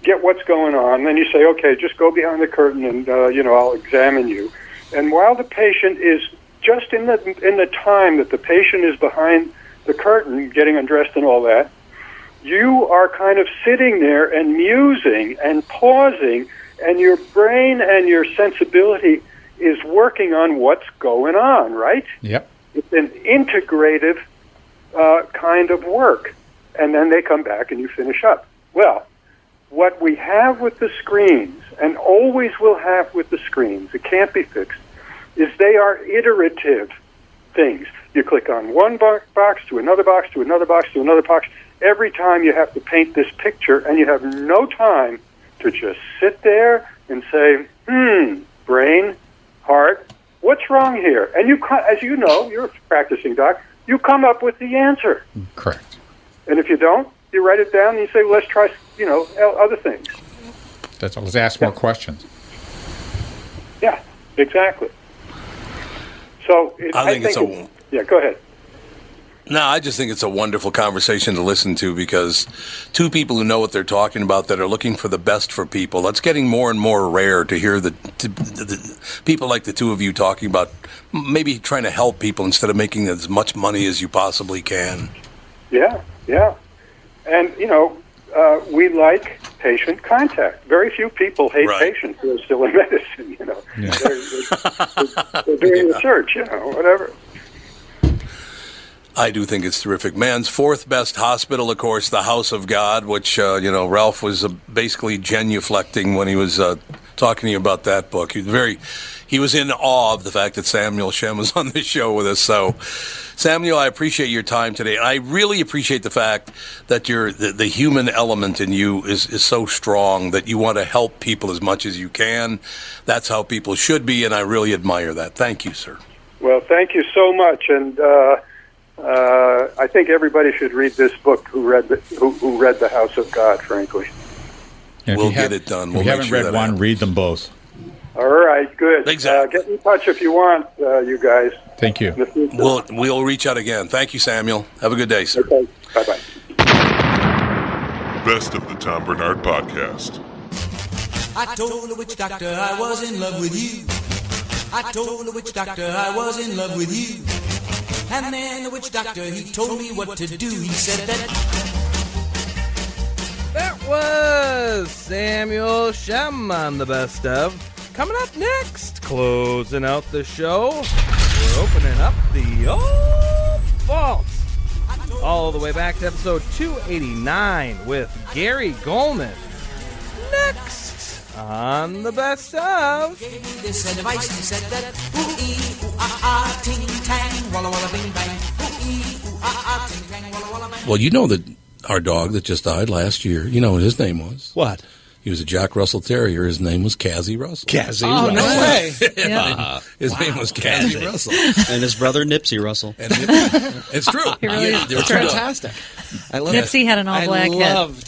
L: get what's going on. Then you say, okay, just go behind the curtain, and uh, you know, I'll examine you. And while the patient is just in the in the time that the patient is behind the curtain, getting undressed and all that, you are kind of sitting there and musing and pausing, and your brain and your sensibility is working on what's going on, right?
M: Yep.
L: It's an integrative uh, kind of work. And then they come back and you finish up. Well, what we have with the screens, and always will have with the screens, it can't be fixed, is they are iterative things. You click on one bo- box to another box to another box to another box. Every time you have to paint this picture, and you have no time to just sit there and say, hmm, brain, heart, what's wrong here? And you, co- as you know, you're a practicing doc, you come up with the answer.
M: Correct.
L: And if you don't, you write it down and you say, well, let's try, you know, el- other things.
M: that's let's ask more questions
L: Yeah, exactly. So it,
B: I think it's
L: it- yeah, go ahead.
B: No, I just think it's a wonderful conversation to listen to because two people who know what they're talking about that are looking for the best for people. That's getting more and more rare to hear the, to, the, the people like the two of you talking about maybe trying to help people instead of making as much money as you possibly can.
L: Yeah, yeah. And, you know, uh, we like patient contact. Very few people hate patients who are still in medicine, you know. They're, they're, they're doing research, you know, whatever.
B: I do think it's terrific. Man's fourth best hospital, of course, the House of God, which uh, you know Ralph was uh, basically genuflecting when he was uh, talking to you about that book. He was very, he was in awe of the fact that Samuel Shem was on this show with us. So, Samuel, I appreciate your time today. I really appreciate the fact that you're the, the human element in you is is so strong that you want to help people as much as you can. That's how people should be, and I really admire that. Thank you, sir.
L: Well, thank you so much, and uh, uh, I think everybody should read this book. Who read the who, who read the House of God? Frankly,
M: And if
B: We'll
M: you have-
B: get it done.
M: if
B: We'll
M: you
B: make
M: haven't
B: sure
M: read
B: that
M: one read them both
L: all right, good. Exactly. Uh, get in touch if you want, uh, you guys.
M: thank you
B: We'll, we'll reach out again. Thank you, Samuel. Have a good day, sir.
L: Bye bye.
K: Best of the Tom Bernard Podcast.
C: I told the witch doctor I was in love with you. I told the witch doctor I was in love with you. And then the witch doctor, he told me what to do. He said that.
D: That was Samuel Shem on the best of. Coming up next, closing out the show, we're opening up the old vaults. All the way back to episode 289 with Gary Goldman. Next on the best of.
C: Gave me this advice. He said that. Ooh ee ooh ah ah ting tang walla walla bing bang. Ooh ee ooh ah ah ting tang walla walla bang.
B: Well, you know that our dog that just died last year, you know what his name was?
N: What?
B: He was a Jack Russell Terrier. His name was Cassie Russell.
N: Cassie Oh, no Russell. way. Yeah.
B: His name was Cassie Russell.
N: and his brother Nipsey Russell.
B: And Nipsey. It's true.
N: He really
B: Yeah,
N: is.
B: there were
N: It's
B: two dogs.
N: fantastic. I love
B: Yes.
I: Nipsey had an
N: I
I: all-black head.
N: loved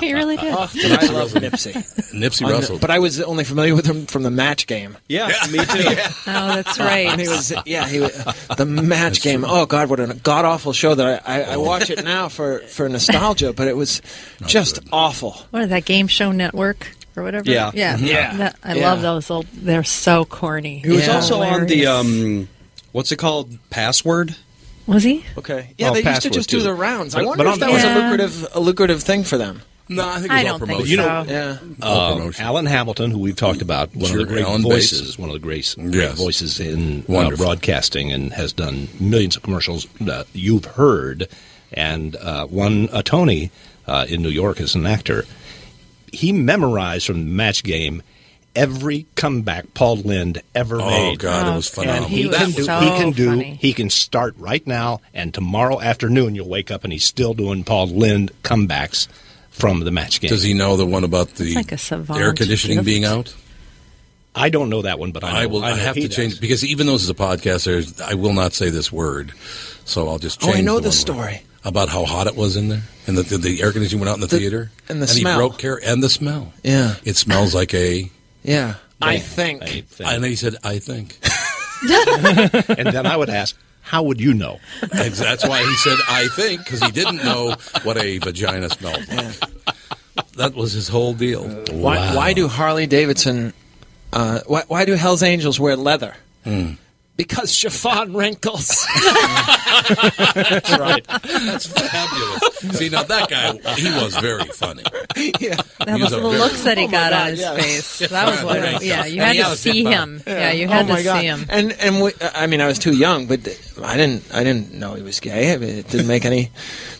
I: He really did.
N: Oh, did I love Nipsey.
B: Nipsey
N: On the-
B: Russell.
N: But I was only familiar with him from the match game.
B: Yeah,
N: me too.
I: Oh, that's right.
N: And he was, yeah, he was, the match game. Oh God, what a god awful show that I, I, I
I: Oh.
N: watch it now for, for nostalgia, but it was just awful.
I: What is that game show network or whatever?
N: Yeah.
I: yeah,
N: Yeah.
I: That- I
N: Yeah.
I: love those old. They're so corny.
N: He was
I: They're
N: also on
I: hilarious.
N: the,
I: um,
N: what's it called? Password.
I: Was he?
N: Okay.
I: Oh,
N: Yeah, they used to
I: password,
N: just
I: too.
N: do the rounds. I
I: But-
N: wonder
I: but
N: if
I: on
N: that
I: the-
N: was a
I: Yeah.
N: lucrative a lucrative thing for them.
B: No, I think it
I: I
B: was all
I: don't think
B: promotion.
O: You know,
I: Yeah.
B: All
O: uh,
B: promotion.
O: Alan Hamilton, who we've talked about, one
B: Sure,
O: of the great
B: Alan
O: voices,
B: Bates.
O: one of the great, great
B: Yes.
O: voices in uh,
B: Wonderful.
O: broadcasting, and has done millions of commercials that you've heard, and uh, won a Tony uh, in New York as an actor. He memorized from the match game. Every comeback Paul Lind ever
B: Oh,
O: made.
B: God, it was Oh, phenomenal.
O: And he,
B: he was
O: can do.
B: so
O: he can do.
B: funny.
O: He can start right now, and tomorrow afternoon you'll wake up and he's still doing Paul Lind comebacks from the match game.
B: Does he know the one about the
I: It's like a savant
B: air conditioning
I: gift.
B: being out?
O: I don't know that one, but I, know,
B: will. I,
O: know
B: have
O: he
B: to
O: does.
B: change because even though this is a podcast, there's, I will not say this word, so I'll just.
N: Oh, I
B: change
N: know
B: the
N: this
B: one word.
N: story.
B: about how hot it was in there, and the, the, the air conditioning went out in the,
N: The-
B: theater,
N: and the smell.
B: he broke care and the smell.
N: Yeah.
B: it smells like a.
N: Yeah. I
B: Yeah.
N: think.
B: And he said, "I think."
O: and then I would ask, "How would you know?"
B: And that's why he said, "I think," because he didn't know what a vagina smelled like. That was his whole deal.
N: Why,
B: Wow.
N: why do Harley Davidson? Uh, why, why do Hell's Angels wear leather? Because chiffon wrinkles.
B: That's right. That's fabulous. See, now that guy, he was very funny.
N: yeah.
I: That
B: He
I: was
B: was a
I: the
B: very-
I: looks that he
N: Oh my
I: got
N: God,
I: on his
N: yeah.
I: face. That
B: Oh,
I: was what.
N: Right.
I: it- Yeah, you
N: And
I: had
N: he
I: to
N: has
I: see
N: big
I: him.
N: butt.
I: Yeah, you had
N: Oh my
I: to
N: God.
I: see him.
N: And and we, I mean, I was too young, but I didn't I didn't know he was gay. I mean, it didn't make any.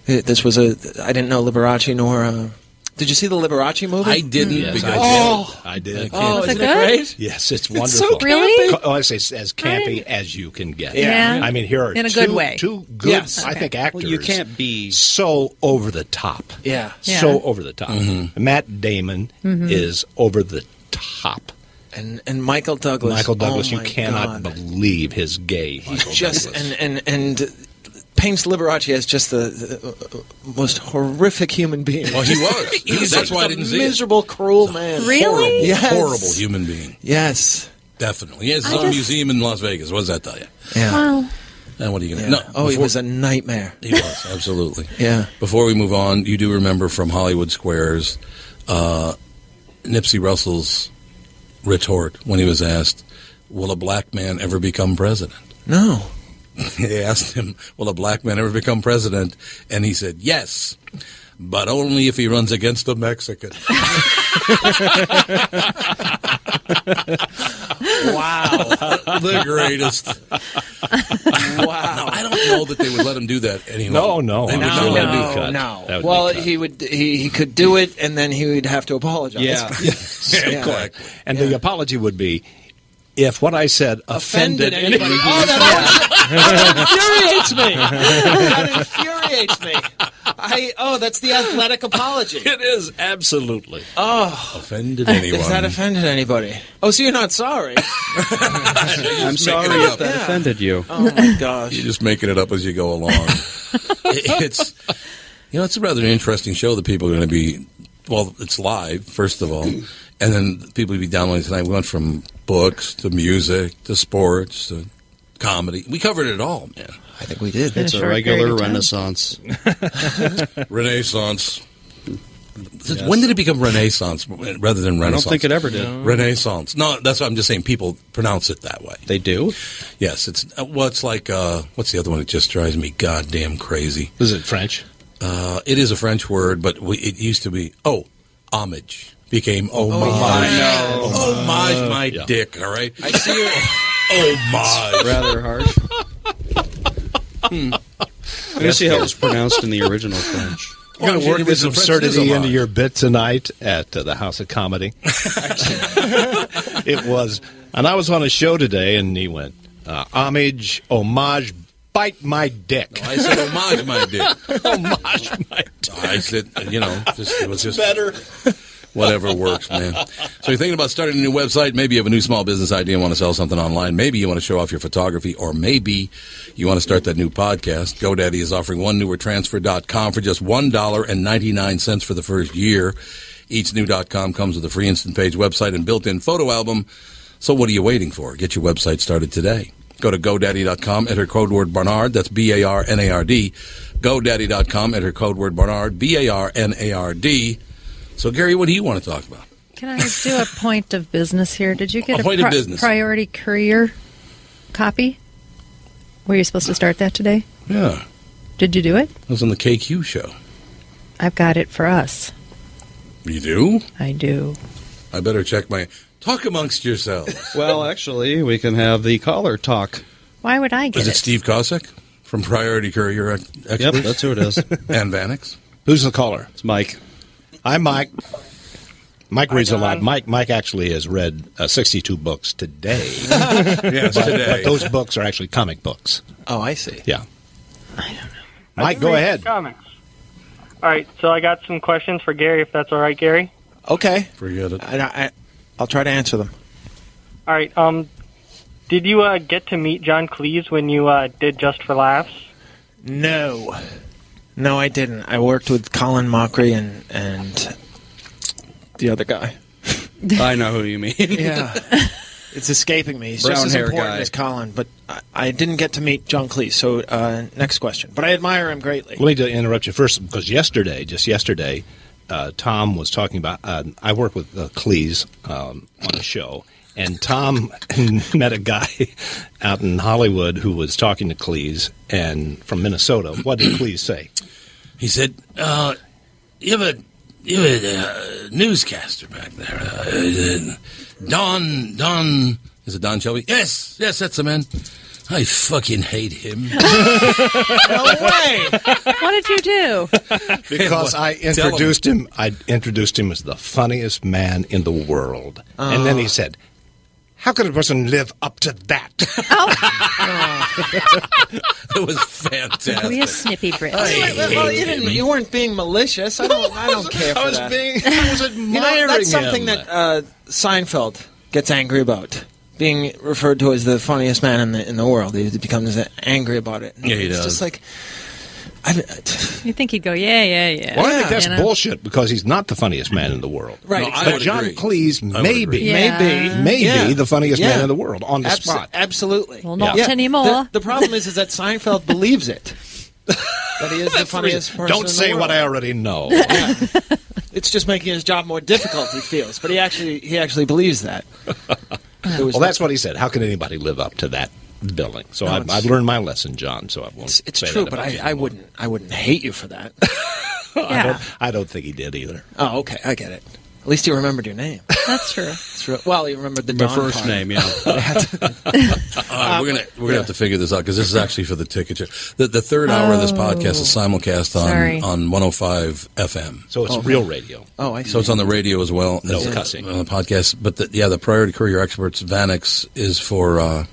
N: It, this was a I didn't know Liberace nor. Uh, did you see the Liberace movie?
B: I didn't
O: Yes,
B: because
N: Oh.
O: I did. I did.
N: Oh,
I: Was
N: isn't
I: it
N: it
I: good?
N: great?
O: Yes, it's
N: It's
O: wonderful.
N: so Really? campy.
O: Oh, I say it's as campy as you can get.
I: Yeah. Yeah.
O: I mean, here are
I: In a
O: two,
I: good way.
O: two good,
N: Yes.
O: I think,
G: Well,
O: actors.
G: you can't be.
O: so over the top.
N: Yeah. Mm-hmm.
O: So over the top. Matt Damon
I: Mm-hmm.
N: Mhm.
O: is over the top.
N: And and Michael Douglas.
O: Michael
N: oh
O: Douglas, you
N: my
O: cannot
N: God.
O: believe his gay.
N: He's just and and and paints Liberace as just the, the uh, most horrific human being.
B: Well, he was.
N: He's
B: That's
N: a-
B: why I
N: a
B: didn't see it.
N: Miserable, cruel man.
B: Horrible,
N: Yes.
B: horrible human being.
N: Yes.
B: Definitely. He has his
N: I
B: own
N: just-
B: museum in Las Vegas. What does that tell you?
N: Yeah.
I: Wow.
B: And what are you going
N: Yeah.
B: to No.
N: oh, he
B: before-
N: was a nightmare.
B: He was, absolutely.
N: Yeah.
B: Before we move on, you do remember from Hollywood Squares uh, Nipsey Russell's retort when he was asked, Will a black man ever become president?
N: No.
B: they asked him, Will a black man ever become president? And he said, Yes, but only if he runs against a Mexican.
N: Wow.
B: the greatest.
N: Wow.
B: Now, I don't know that they would let him do that anyway.
O: No, no,
B: They would
O: no,
B: not let him do
O: no,
B: that.
O: no. That would be
N: Well,
O: cut.
N: he would he, he could do it, and then he would have to apologize.
O: Yeah.
N: Yeah.
O: Correct. And the apology would be if what I said offended,
N: Offended anybody?
O: anybody.
N: Oh, that, infuriates me. That infuriates me. I oh, that's the athletic apology.
O: it is absolutely
N: Oh,
B: offended anyone.
N: Has that offended anybody? Oh, so you're not sorry?
G: I'm sorry
B: making it
G: if
B: up.
G: that
N: Yeah.
G: offended you.
N: Oh my gosh.
B: You're just making it up as you go along. It- it's you know, it's a rather interesting show that people are going to be. Well, it's live first of all, and then people will be downloading tonight. We went from books to music to sports to comedy. We covered it all, man.
N: I think we did.
G: It's a regular renaissance.
B: Renaissance. When did it become Renaissance rather than
G: I don't
B: Renaissance?
G: think it ever did.
B: Renaissance. No, that's what I'm just saying. People pronounce it that way.
O: They do.
B: Yes, it's uh, well, it's like uh, what's the other one that just drives me goddamn crazy?
O: Is it French?
B: Uh, it is a French word, but we, it used to be oh homage became oh, homage.
G: know.
B: Homage, Oh, my
G: Oh, Yeah.
B: dick. All right, Oh,
N: I see you.
B: homage.
G: Rather harsh. I'm going to see how it was pronounced in the original French.
B: Well,
O: You're going to work
B: it
O: this
B: was a French
O: absurdity
B: Islamon.
O: into your bit tonight at uh, the House of Comedy. it was, and I was on a show today, and he went, uh, homage, homage, bite my dick.
B: I said homage, my dick.
N: Oh,
O: homage, my
B: I said, you know, just, it was just
O: better.
B: Whatever works, man. So you're thinking about starting a new website. Maybe you have a new small business idea and want to sell something online. Maybe you want to show off your photography, or maybe you want to start that new podcast. GoDaddy is offering one newer transfer.com for just $1.99 for the first year. Each new .com comes with a free instant page website and built-in photo album. So what are you waiting for? Get your website started today. Go to GoDaddy.com, enter code word Barnard. That's B-A-R-N-A-R-D. GoDaddy.com, enter code word Barnard, B-A-R-N-A-R-D. So, Gary, what do you want to talk about?
I: Can I do a point of business here? Did you get
B: A
I: a,
B: point of business.
I: priority courier copy? Were you supposed to start that today?
B: Yeah,
I: Did you do it?
B: I was on the KQ show.
I: I've got it for us.
B: You do?
I: I do.
B: I better check my. Talk amongst yourselves.
P: Well, actually, we can have the caller talk.
I: Why would I get
B: Is it
I: it?
B: Steve Cossack from Priority Courier Ex- Experts?
P: Yep, that's who it is.
B: and Vanix.
O: Who's the caller? It's
P: Mike.
O: I'm Mike. Mike reads a lot. Mike Mike actually has read uh, 62 books today.
B: yes,
O: but,
B: today.
O: But those books are actually comic books.
N: Oh, I see.
O: Yeah.
Q: I
O: Mike,
Q: can
O: go
Q: read
O: ahead.
Q: Comics. All right, so I got some questions for Gary, if that's all right, Gary.
N: Okay.
B: Forget it.
N: I, I, I'll try to answer them.
Q: All right, um, did you uh, get to meet John Cleese when you uh, did Just for Laughs?
N: No. No, I didn't. I worked with Colin Mockery and and the other guy.
G: I know who you mean.
N: Yeah. It's escaping me. He's
G: Brown
N: just as
G: hair
N: important
G: guy.
N: as Colin, but I, I didn't get to meet John Cleese. So uh, next question. But I admire him greatly.
O: Let me just interrupt you first because yesterday, just yesterday, uh, Tom was talking about. Uh, I work with uh, Cleese um, on a show, and Tom met a guy out in Hollywood who was talking to Cleese and from Minnesota. What did Cleese say?
R: He said, uh, you have a you have a uh, newscaster back there. Uh, uh, Don Don
B: Is it Don Shelby?
R: Yes, yes, that's the man. I fucking hate him.
I: no way! what did you do?
O: Because I
B: Tell him.
O: introduced him. I introduced him as the funniest man in the world, and then
B: Uh.
O: he said, "How could a person live up to that?"
B: it was fantastic.
I: We a snippy Brit.
N: well, you, didn't, you weren't being malicious. I don't. I don't care. For
O: I was
N: that.
O: being- I was
N: You know,
O: admiring
N: that's something
O: him.
N: that uh, Seinfeld gets angry about. Being referred to as the funniest man in the in the world, he becomes angry about it.
O: Yeah, he
N: it's
O: does.
N: just like
I: You think he'd go, yeah, yeah, yeah.
O: Well, I think that's
I: you know?
O: bullshit because he's not the funniest man in the world.
N: Right, No, I
O: but
N: would
O: John
N: agree.
O: Cleese
N: would
O: maybe,
N: agree. Yeah.
O: maybe, maybe
N: Yeah.
O: the funniest
N: Yeah.
O: man in the world on the
N: Abso-
O: spot.
N: Absolutely. Well,
O: not Yeah.
I: anymore.
N: The, the problem is, is that Seinfeld believes it. That he is the
O: That's the
N: funniest
O: reason.
N: person.
O: Don't
N: in the
O: say what
N: world.
O: I already know.
N: Yeah. it's just making his job more difficult. He feels, but he actually he actually believes that. It was
O: well, that's what he said. How can anybody live up to that billing? So
N: No,
O: I've,
N: it's-
O: I've learned my lesson, John. So I won't.
N: It's, it's
O: say
N: true,
O: that
N: but
O: about
N: I,
O: you.
N: I wouldn't I wouldn't hate you for that.
O: I, don't, I don't think he did either.
N: Oh, okay, I get it. At least he remembered your name.
I: That's true.
N: It's real- well, he remembered the
P: My
N: Don
P: first
N: part.
P: name, yeah.
B: All right, we're gonna we're gonna have to figure this out because this is actually for the ticket. The, the third hour of this podcast
I: Oh,
B: is simulcast on
N: Sorry.
B: on 105 FM.
O: So it's
N: Okay.
O: real radio.
N: Oh, I see.
B: So it's on the radio as well.
O: No
B: It's
O: cussing.
B: on the podcast. But the, yeah, the priority courier experts Vanix is for uh,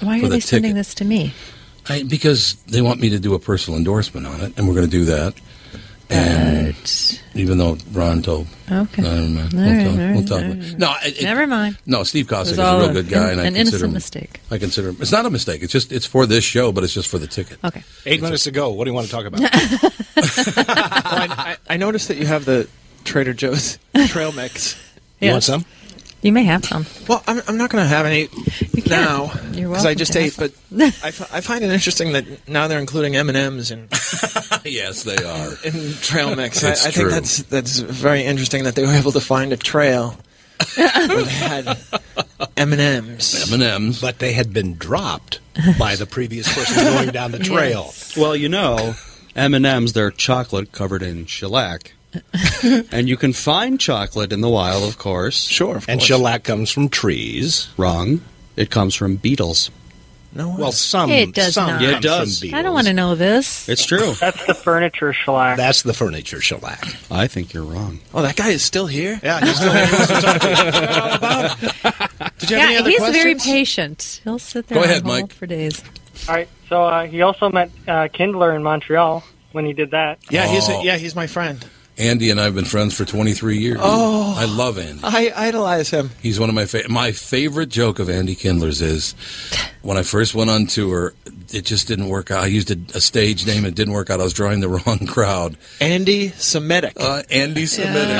I: Why
B: for
I: are
B: the
I: they
B: ticket
I: sending this to me?
B: I, because they want me to do a personal endorsement on it, and we're going to do that. And even though Ron told,
I: Okay.
B: I don't know.
I: All
B: we'll
I: right,
B: talk,
I: all right,
B: we'll talk
I: all
B: about-
I: right.
B: No, it, it-
I: Never mind.
B: No, Steve
I: It was
B: Cossack is a
I: all
B: real good guy, and I
I: an
B: consider
I: innocent
B: him,
I: mistake.
B: I consider him. It's not a mistake. It's just it's for this show, but it's just for the ticket.
I: Okay.
O: Eight minutes to go. What do you want to talk about?
N: I, I noticed that you have the Trader Joe's trail mix.
I: You want Yes. some? You may have some.
N: Well, I'm, I'm not going to have any now
I: You're
N: I
I: welcome
N: just
I: to
N: ate.
I: have
N: But I, fi- I find it interesting that now they're including M and M's in
B: yes, they are.
N: in trail mix. I, I
B: It's
N: think
B: true.
N: that's that's very interesting that they were able to find a trail where they had M and M's.
B: M and M's,
O: but they had been dropped by the previous person going down the trail.
P: Well, you know, M and M's they're chocolate covered in shellac, and you can find chocolate in the wild, of course. Sure,
O: And course. shellac comes from trees.
P: Wrong. It comes from beetles.
N: No.
O: Well, some
I: it does
O: some
I: not.
P: Yeah, it comes does. from
I: I don't want to know this.
P: It's true.
Q: That's the furniture shellac.
O: That's the furniture shellac.
P: I think you're wrong.
N: Oh, that guy is still here.
O: Yeah, he's
N: still
I: Did
N: you
I: yeah,
N: have any other
I: he's very
N: questions?
I: patient. He'll sit there
Q: Go
I: on
Q: ahead,
I: hold
Q: Mike.
I: for days.
Q: All right, so uh, he also met uh, Kindler in Montreal when he did that.
N: Yeah, he's
B: Oh.
N: a, yeah he's my friend.
B: Andy and I have been friends for 23 years.
N: Oh.
B: I love Andy.
N: I idolize him.
B: He's one of my favorite. My favorite joke of Andy Kindler's is when I first went on tour, it just didn't work out. I used a, a stage name, it didn't work out. I was drawing the wrong crowd.
N: Andy Semitic.
B: Uh, Andy Semitic.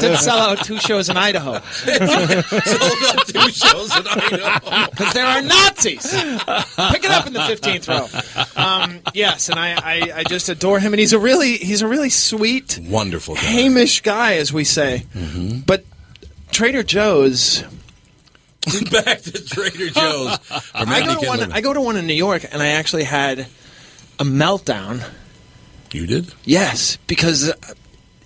N: Did sell out two shows in Idaho.
B: sold out two shows in Idaho.
N: Because there are Nazis. Pick it up in the fifteenth row. Um, yes, and I, I, I just adore him, and he's a really he's a really sweet,
B: wonderful guy. Mm-hmm.
N: Hamish guy, as we say. But Trader Joe's.
B: Back to Trader Joe's. from
N: I
B: Andy
N: go, to one,
B: Kindler.
N: I go to one in New York, and I actually had a meltdown.
B: You did?
N: Yes, because uh,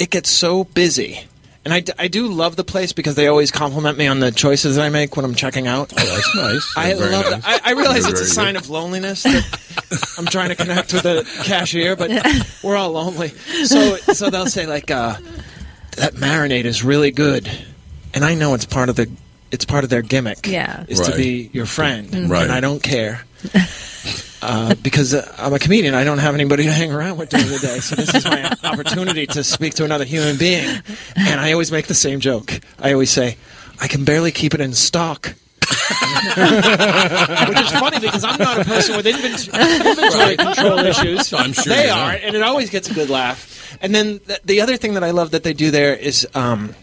N: it gets so busy. And I, d- I do love the place because they always compliment me on the choices that I make when I'm checking out. Oh,
O: that's nice.
N: I
O: Very
N: love
O: nice.
N: that. I, I realize
O: Very,
N: it's a
O: very
N: sign
O: good.
N: of loneliness that I'm trying to connect with a Uh, cashier, but we're all lonely. So so they'll say like uh, that marinade is really good, and I know it's part of the it's part of their gimmick.
E: Yeah.
N: is to
E: Right.
N: be your friend,
E: Mhm. Right.
N: and I don't care. Uh, because uh, I'm a comedian, I don't have anybody to hang around with during the day, so this is my opportunity to speak to another human being. And I always make the same joke. I always say, "I can barely keep it in stock," which is funny because I'm not a person with inventory, inventory
C: Right.
N: control issues.
C: No, I'm sure
N: they
C: you're
N: are,
C: not.
N: and it always gets a good laugh. And then th- the other thing that I love that they do there is um,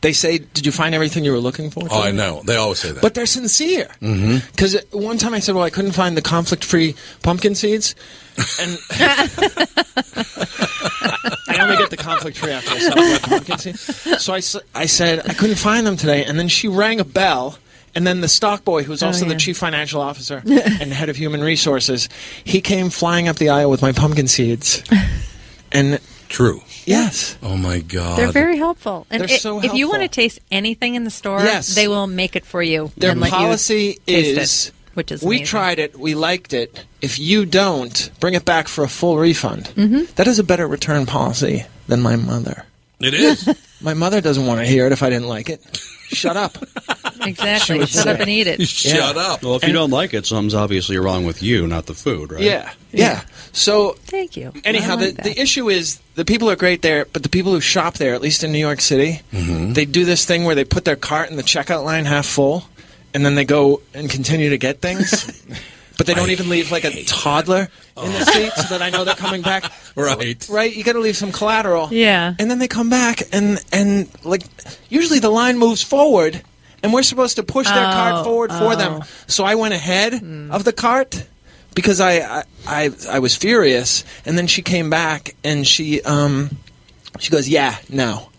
N: they say, "Did you find everything you were looking for?"
B: Oh, I
N: Jordan?"
B: know. They always say that.
N: But they're sincere.
B: mm-hmm.
N: Because one time I said, "Well, I couldn't find the conflict-free pumpkin seeds," and I only get the conflict-free after I saw the pumpkin seeds. So I, s- I said I couldn't find them today, and then she rang a bell. And then the stock boy, who's
G: Oh,
N: also
G: yeah.
N: the chief financial officer and head of human resources, he came flying up the aisle with my pumpkin seeds. And
B: true,
N: yes.
B: Oh my
N: Ah,
B: God,
I: They're very helpful. And
N: They're
I: i-
N: so
I: if you want to
N: helpful.
I: taste anything in the store,
N: Yes.
I: they will make it for you.
N: Their
I: and let you
N: policy
I: taste it,
N: is
I: which is
N: we
I: amazing.
N: tried it, we liked it. If you don't, bring it back for a full refund.
I: Mhm.
N: That is a better return policy than my mother.
B: It is.
N: my mother doesn't want to hear it if I didn't like it. Shut up.
I: exactly.
N: she would
I: Shut
N: say.
I: up and eat it.
P: Well, if you
N: And-
P: don't like it, something's obviously wrong with you, not the food, right?
N: Yeah, yeah. So
I: thank you.
N: Anyhow, the, the issue is the people are great there, but the people who shop there, at least in New York City,
B: Mm-hmm.
N: they do this thing where they put their cart in the checkout line half full, and then they go and continue to get things. But they don't even leave like a toddler in the seat so that I know they're coming back.
B: Right.
N: Right? You got to leave some collateral.
I: Yeah.
N: And then they come back and and like usually the line moves forward and we're supposed to push their
G: Oh,
N: cart forward for them.
G: oh. Hmm.
N: So I went ahead of the cart because I, I I I was furious and then she came back and she um she goes, "Yeah, no."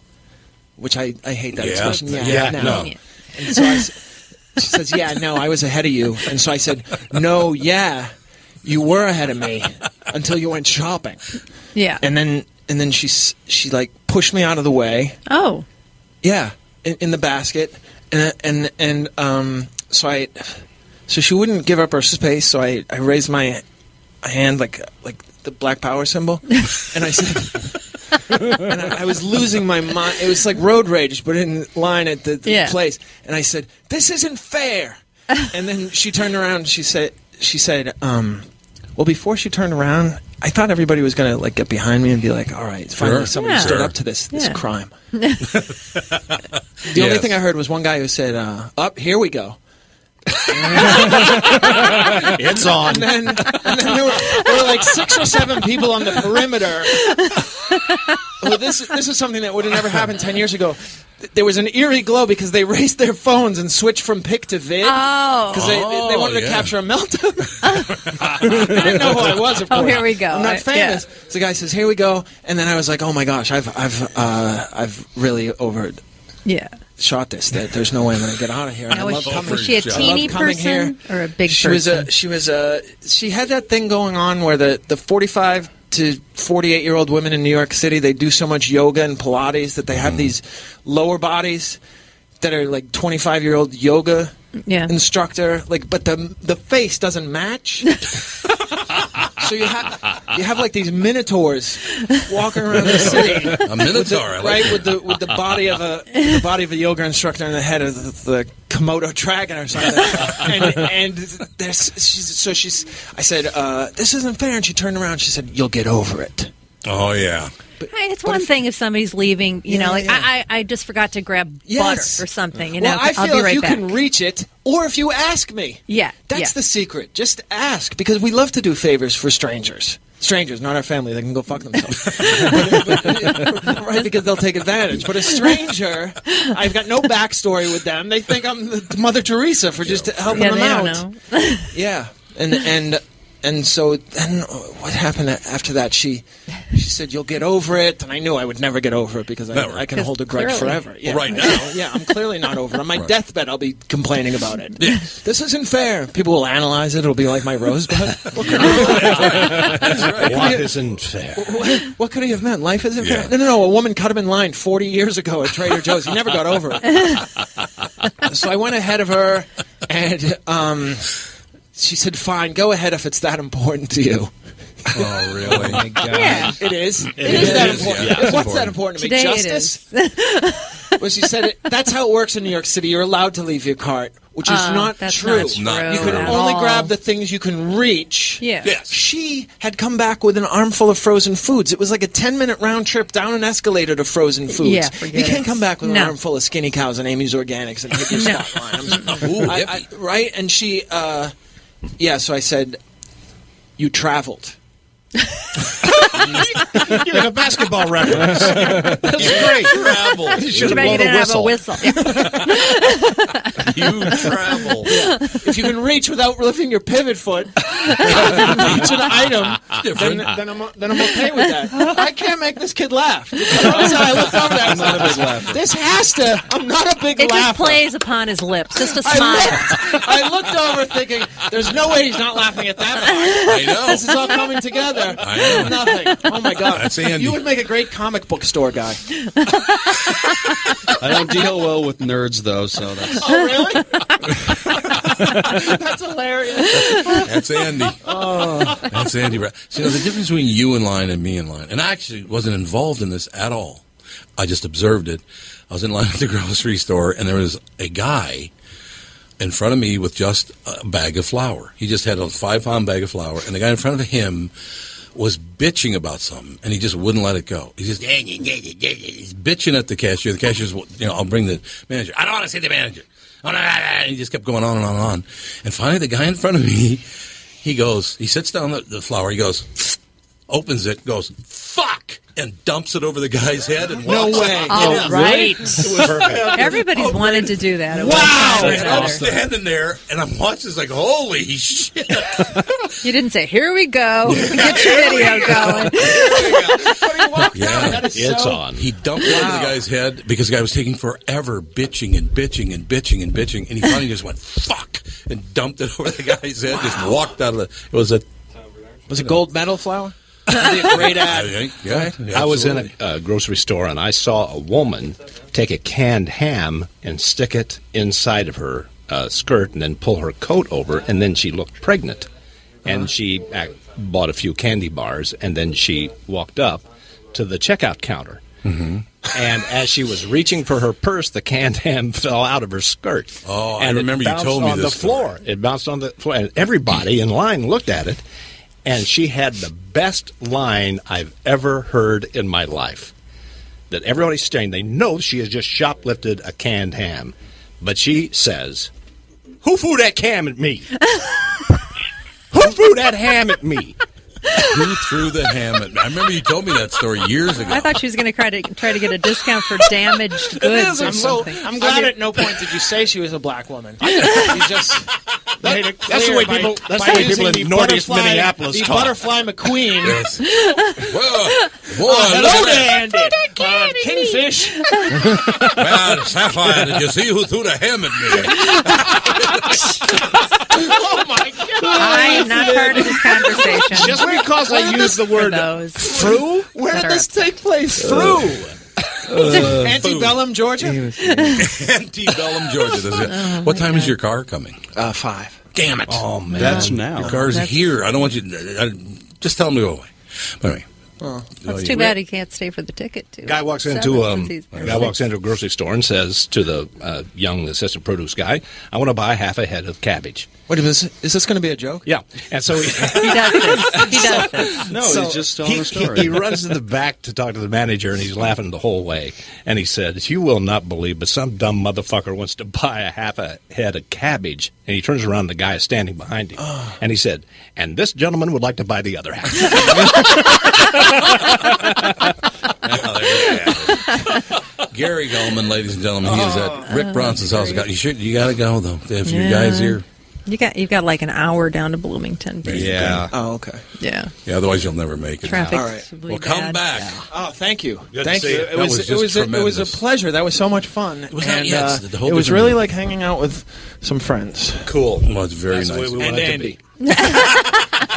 N: Which I I hate that
G: Yeah.
N: expression. Yeah,
G: Yeah,
N: no.
G: no.
N: And so I s she says, "Yeah, no, I was ahead of you." And so I said, "No, yeah, you were ahead of me until you went shopping."
I: Yeah.
N: And then and then she s- she like pushed me out of the way.
I: Oh.
N: Yeah, in, in the basket, and and and um, so I, so she wouldn't give up her space. So I I raised my hand like like the Black Power symbol, and I said. and I, I was losing my mind. It was like road rage, but in line at the, the
G: Yeah.
N: place. And I said, "This isn't fair." and then she turned around. And she said, "She said, um, well, before she turned around, I thought everybody was gonna like get behind me and be like, all right, finally
G: Sure.
N: somebody
G: Yeah.
N: stood
G: Sure.
N: up to this this
G: Yeah.
N: crime.'" The only
G: Yes.
N: thing I heard was one guy who said, uh, "Up here we go."
G: It's on.
N: And then, and then there, were, there were like six or seven people on the perimeter. Well, this this is something that would have never happened ten years ago. There was an eerie glow because they raised their phones and switched from pic to vid
I: Oh.
N: because they, they, they wanted
I: Oh,
N: to
I: yeah.
N: capture a meltdown. I didn't know who I was. Of
I: Oh,
N: course.
I: here we go.
N: I'm
I: I-
N: not famous. So the guy says, "Here we go," and then I was like, "Oh my gosh, I've I've uh, I've really over
I: Yeah.
N: shot this. There- There's no way I'm going to get out of here. And I
I: Now, was,
N: love coming.
I: was she a
N: I love
I: teeny
N: coming
I: person or a big
N: she
I: person?
N: was a she was a she had that thing going on where the the 45 to 48 year old women in New York City they do so much yoga and Pilates that they have these lower bodies that are like 25 year old yoga
I: Yeah.
N: instructor like but the the face doesn't match. so you have you have like these minotaurs walking around the city.
B: A
N: With the-
B: minotaur, I like
N: right?
B: that.
N: With the with the body of a the body of a yoga instructor and the head of the, the Komodo dragon or something. and and there's she's so she's I said uh, this isn't fair, and she turned around. and She said you'll get over it.
B: Oh yeah.
I: Hey, it's one thing if somebody's leaving, you
N: Yeah,
I: know, like
N: yeah.
I: I, I I just forgot to grab
N: Yes.
I: butter or something, you know.
N: well, I feel
I: will be
N: if
I: right
N: you
I: back.
N: can reach it, or if you ask me,
I: yeah.
N: that's
I: yeah.
N: the secret. Just ask because we love to do favors for strangers. Strangers, not our family. They can go fuck themselves, right? Because they'll take advantage. But a stranger, I've got no backstory with them. They think I'm the Mother Teresa for just helping
I: Yeah,
N: them
I: they
N: out.
I: don't know.
N: Yeah, and and and so then what happened after that? She she said, "You'll get over it," and I knew I would never get over it because I,
O: Never.
N: I can
O: 'Cause
N: hold a grudge
O: clearly-
N: forever.
O: Well, right now.
N: yeah, I'm clearly not over. it. On my
O: Right.
N: deathbed, I'll be complaining about it. This isn't fair. People will analyze it. It'll be like my rosebud. What could
O: Life
N: I do?
O: isn't fair.
N: What, what could he have meant? Life isn't
O: Yeah.
N: fair. No, no, no. A woman cut him in line 40 years ago at Trader Joe's. He never got over it. so I went ahead of her, and um, she said, "Fine, go ahead if it's that important to you."
B: Oh, really?
N: Yeah, it is.
B: It
N: it is,
B: is,
N: that
B: yeah.
N: important.
B: Yeah, it's
N: What's
B: important.
N: that important to me?
I: Today it
N: Justice. well, she said it, that's how it works in New York City. You're allowed to leave your cart, which is
I: Uh,
N: not
I: that's
N: true.
I: not It's not true
N: you can
I: at
N: only
I: all.
N: grab the things you can reach.
I: Yeah. Yes.
N: She had come back with an armful of frozen foods. It was like a 10 minute round trip down an escalator to frozen foods.
I: Yeah, forget
N: you
I: it.
N: can't come back with
I: No.
N: an armful of skinny cows and Amy's Organics and hit your
I: No.
N: spot line. I'm s- I- I- right? And she, uh, yeah, so I said, You traveled.
O: You have a basketball reference.
N: That's great.
O: Travel.
I: Too bad you didn't have a whistle.
O: You travel.
N: If you can reach without lifting your pivot foot, reach an item, then,
O: Different.
N: then, I'm, then I'm okay with that. I can't make this kid laugh. I looked over at him.
I: not a big laugh.
N: This has to. I'm not a big
I: It just
N: laugher.
I: plays upon his lips, just a smile.
N: I looked, I looked over thinking, there's no way he's not laughing at that. part.
I: I know.
N: This is all coming together.
I: I know.
N: Nothing. Oh my god.
O: That's Andy.
N: You would make a great comic book store guy.
P: I don't deal well with nerds though, so that's
N: Oh really? That's hilarious. Oh.
B: That's Andy.
P: Oh.
R: That's Andy. Ra- So, you know, the difference between you in line and me in line, and I actually wasn't involved in this at all. I just observed it. I was in line at the grocery store, and there was a guy in front of me with just a bag of flour. He just had a five pound bag of flour, and the guy in front of him was bitching about something, and he just wouldn't let it go. He just he's bitching at the cashier. The cashier's, well, you know, I'll bring the manager. I don't want to see the manager. Oh, no, no, no. And he just kept going on and on and on. And finally, the guy in front of me, he goes, he sits down the, the flower. He goes, opens it, goes, fuck, and dumps it over the guy's head. And
I: No
R: walks
I: way.
R: out.
I: All
R: Yeah.
I: right.
R: It was perfect.
I: Everybody's
N: Oh,
I: wanted to do that. at one time or
R: And I'm
I: another.
R: standing there, and I'm watching. It's like, holy shit!
I: You didn't say, "Here we go." Get your video going.
R: Yeah,
O: It's so- on.
R: He dumped it over the guy's head because the guy was taking forever, bitching and bitching and bitching and bitching, and he finally just went fuck and dumped it over the guy's head. Just walked out of the. It was a
N: was a gold medal flower. That'd be a great ad.
R: yeah.
O: I was in a, a grocery store and I saw a woman take a canned ham and stick it inside of her uh, skirt and then pull her coat over, and then she looked pregnant. And she ac bought a few candy bars, and then she walked up to the checkout counter. and as she was reaching for her purse, the canned ham fell out of her skirt.
B: Oh, I
O: and it
B: remember you
O: bounced
B: told me
O: on
B: this
O: the
B: story.
O: floor. It bounced on the floor, and everybody in line looked at it. And she had the best line I've ever heard in my life. That everybody's staring. They know she has just shoplifted a canned ham, but she says, "Who threw that ham at me? Who threw that ham at me?"
B: Who threw the ham at me? I remember you told me that story years ago.
I: I thought she was going to try to try to get a discount for damaged
N: It
I: goods
N: is.
I: or
N: I'm so.
I: something.
N: I'm glad
I: I mean,
N: at no point did you say she was a black woman. You just made it
O: that's the
N: clear
O: way
N: by-
O: people- that's
N: by
O: the way
N: using
O: people in
N: the
O: northeast
N: butterfly-
O: Minneapolis
N: The
O: talk.
N: butterfly McQueen.
B: Whoa,
N: Oh, hello
B: look at
N: there,
B: that.
N: Andy. Uh, Kingfish.
B: Well, Sapphire, did you see who threw the ham at me?
N: oh my god!
I: I am not part of this conversation.
O: Just because I used the word "threw,"
N: Where
I: that
N: did
I: are
N: this take
O: Uh,
N: place? Through antebellum Georgia.
B: Antebellum, Georgia. This is it.
I: Oh,
B: what time is your car coming?
N: Uh, five.
R: Damn it!
O: Oh man,
P: That's now.
B: Your car's
I: That's-
B: here. I don't want you. I, I- just tell him to go away. But anyway,
N: Oh,
I: That's too bad he can't stay for the ticket. Too.
O: Guy walks into um, guy walks into a grocery store and says to the uh, young assistant produce guy, "I want to buy half a head of cabbage."
N: Wait a minute. Is this going to be a joke?
O: Yeah, and so he,
I: He does this. He does this.
P: No,
O: so
P: he's Oh, just telling
O: he,
P: a story.
O: He, he runs to the back to talk to the manager, and he's laughing the whole way. And he said, "You will not believe, but some dumb motherfucker wants to buy a half a head of cabbage." And he turns around, the guy is standing behind him, and he said, "And this gentleman would like to buy the other half."
B: Gary Goldman, ladies and gentlemen, he is at Rick Bronson's house. You, should, you got to go though. If your
I: Oh. Yeah.
B: guy's here,
I: You got you've got like an hour down to Bloomington. Basically.
B: Yeah.
N: Oh, okay.
I: Yeah.
B: Yeah, otherwise you'll never make it.
I: Traffic.
B: Well, come back.
N: Oh, thank you.
B: Good to
N: thank
B: see
N: you.
B: you.
N: It
B: That
N: was,
B: was
N: it
B: just
N: was a, it was a
B: tremendous.
N: pleasure. That was so much fun.
B: was not-
N: and,
B: yeah, it's
N: uh,
B: the whole
N: it was
B: different-
N: really like hanging out with some friends.
B: Cool. Well, it's very
N: That's the
B: nice.
N: way we And want it to Andy. be.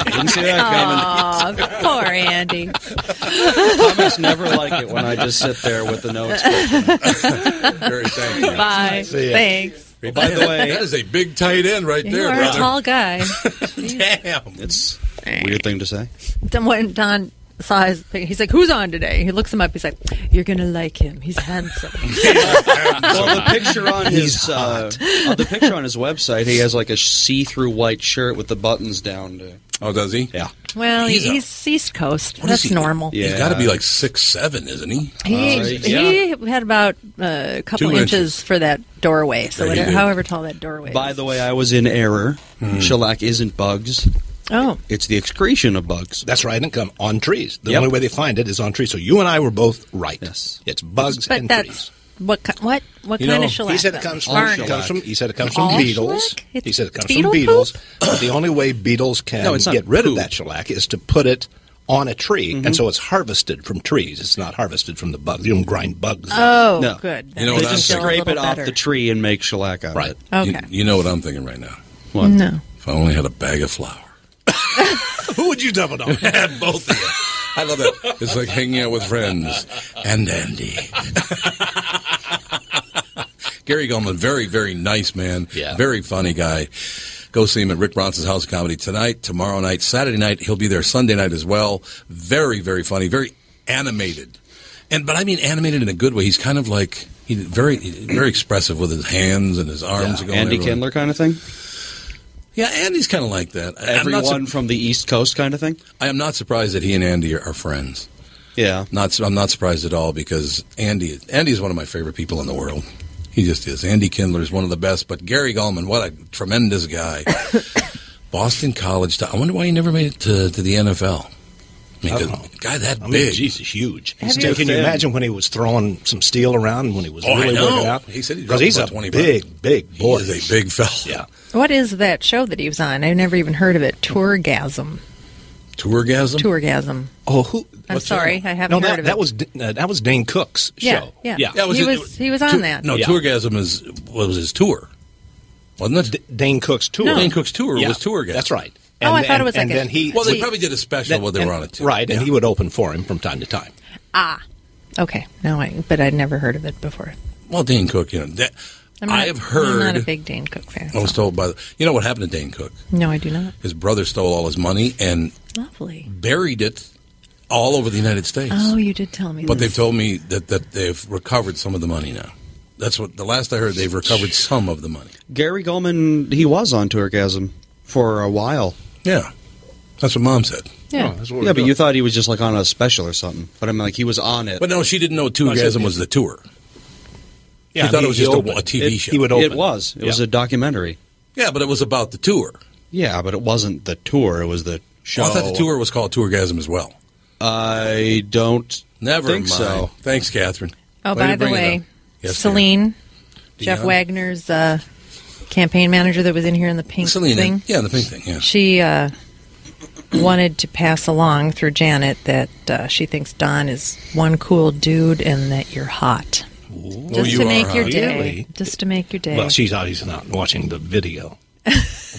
P: Didn't see that
I: Aw, poor Andy.
P: Thomas never like it when I just sit there with the no expression.
B: Very thankful.
I: Bye.
B: See ya.
I: Thanks.
B: Well, by the way, that is a big tight end right
I: You
B: there,
I: are a
B: brother.
I: tall guy.
B: Damn.
P: It's a weird thing to say.
I: Don- when Don saw his pic- he's like, "Who's on today?" He looks him up. He's like, "You're gonna like him. He's handsome."
P: well, the picture on his uh, uh, the picture on his website, he has like a see-through white shirt with the buttons down. To,
B: oh, does he?
P: Yeah.
I: well, he's,
B: He's a-
I: East Coast.
B: What is
I: That's
B: he?
I: normal.
B: He's got to be like six seven, isn't he?
P: Uh,
I: He, he had about uh, a couple
P: Two
I: inches,
P: inches.
I: for that doorway.
P: Yeah,
I: So
P: he
I: whatever,
P: did.
I: however tall that doorway.
P: By the way, I was in error.
B: Hmm.
P: Shellac isn't bugs;
I: Oh,
P: it's the excretion of bugs.
O: That's right, and come on trees. The
P: Yep.
O: only way they find it is on trees. So you and I were both right. Yes, it's bugs
I: but
O: and
I: that's
O: trees.
I: what ki- what what
O: You
I: kind
O: know,
I: of shellac?
O: He said it
I: then?
O: comes from.
I: Barn
O: It comes from.
I: shellac.
O: He said it comes from
I: All
O: beetles.
I: shellac? It's
O: He said it comes
I: beetle
O: from
I: poop?
O: beetles. But the only way beetles can
P: No, it's not
O: get rid
P: poop.
O: of that shellac is to put it on a tree, and so it's harvested from trees. It's not harvested from the bugs. You don't grind bugs.
I: Oh,
O: No.
I: good.
O: You know what
P: they
O: I'm
P: just
O: saying?
P: scrape it
I: Feel a
P: off
I: little
P: the tree and make shellac out of it.
I: Okay.
B: You, you know what I'm thinking right now.
P: What?
I: No.
B: If I only had a bag of flour.
O: Who would you dump it on?
B: Both of you. I love that. It's like hanging out with friends and Andy. Gary Goldman, very, very nice man. Yeah. Very funny guy. Go see him at Rick Bronson's House of Comedy tonight, tomorrow night, Saturday night. He'll be there Sunday night as well. Very, very funny, very animated. And but I mean animated in a good way. He's kind of like he's very very expressive with his hands and his arms are going
P: Andy
B: everywhere.
P: Kindler kind of thing.
B: Yeah, Andy's kind of like that. I- I'm not
P: Everyone from the East Coast kind of thing.
B: I am not surprised that he and Andy are, are friends.
P: Yeah,
B: not su- I'm not surprised at all because Andy Andy is one of my favorite people in the world. He just is. Andy Kindler is one of the best. But Gary Gallman, what a tremendous guy. Boston College. I wonder why he never made it to, to the NFL. I mean, 'cause a guy that
O: I mean,
B: big.
O: geez, he's huge.
B: Have
O: Can
B: you-
O: you imagine when he was throwing some steel around when he was
B: Oh, I
O: really
B: know.
O: working out?
B: He said he
O: because
B: dropped
O: he's
B: about
O: a
B: 20 pounds.
O: big, big boy.
B: He is a big fella.
O: Yeah.
I: What is that show that he was on? I've never even heard of it. Tourgasm.
B: Tourgasm.
I: Tourgasm.
O: Oh, who?
I: I'm
O: what's
I: sorry,
O: that?
I: I haven't
O: no,
I: heard
O: that,
I: of it.
O: that was D- uh, that was Dane Cook's
I: Yeah,
O: show.
I: yeah.
O: yeah.
I: That was He it. was- he was on
B: Tour-
I: that.
B: No,
O: Yeah.
B: Tourgasm is what was his tour, wasn't it?
O: Dane Cook's tour.
B: Dane Cook's tour
O: Yeah,
B: was Tourgasm.
O: That's right.
I: Oh, I thought it was
O: and
I: like a-
O: then he.
B: Well, they
I: See-
B: probably did a special while they
O: and-
B: were on it too.
O: Right, and he would open for him from time to time.
I: Ah. Okay. No, I, but I'd never heard of it before.
B: Well, Dane Cook, you know, that,
I: I'm not,
B: I have heard.
I: I'm not a big Dane Cook fan.
B: I was told by the, you know what happened to Dane Cook?
I: No, I do not.
B: His brother stole all his money and
I: Lovely.
B: buried it all over the United States.
I: Oh, you did tell me.
B: but
I: this.
B: they've told me that, that they've recovered some of the money now. That's what the last I heard. They've recovered some of the money.
P: Gary Goldman, he was on Tourgasm for a while. Oh,
B: Yeah, that's what Mom said.
I: Yeah.
P: yeah, but you thought he was just like on a special or something. But I'm like, he was on it.
B: But no, Oh, she didn't know Tourgasm was the tour.
O: Yeah,
B: she thought
O: he-
B: it was
O: he
B: just a,
O: opened.
B: a TV
O: It-
B: show.
O: he would open.
P: It was. It was a documentary.
B: Yeah, but it was about the tour.
P: Yeah, but it wasn't the tour. It was the show. Uh,
B: Well, Oh, I thought the tour was called Tourgasm as well.
P: I don't
B: Never
P: think
B: mind.
P: so.
B: Thanks, Catherine.
I: Oh,
B: Way to
I: by the
B: bring it up.
I: way,
B: Yes,
I: Celine, Jeff
B: Dion.
I: Wagner's uh, campaign manager that was in here in the pink
B: Selena.
I: thing.
B: Yeah, the pink thing. Yeah.
I: She uh, wanted to pass along through Janet that uh, she thinks Don is one cool dude and that you're hot. just
O: you
I: to
O: are
I: make your
O: hot.
I: day.
O: Really?
I: Just to make your day.
O: Oh, Well, she's obviously not watching the video.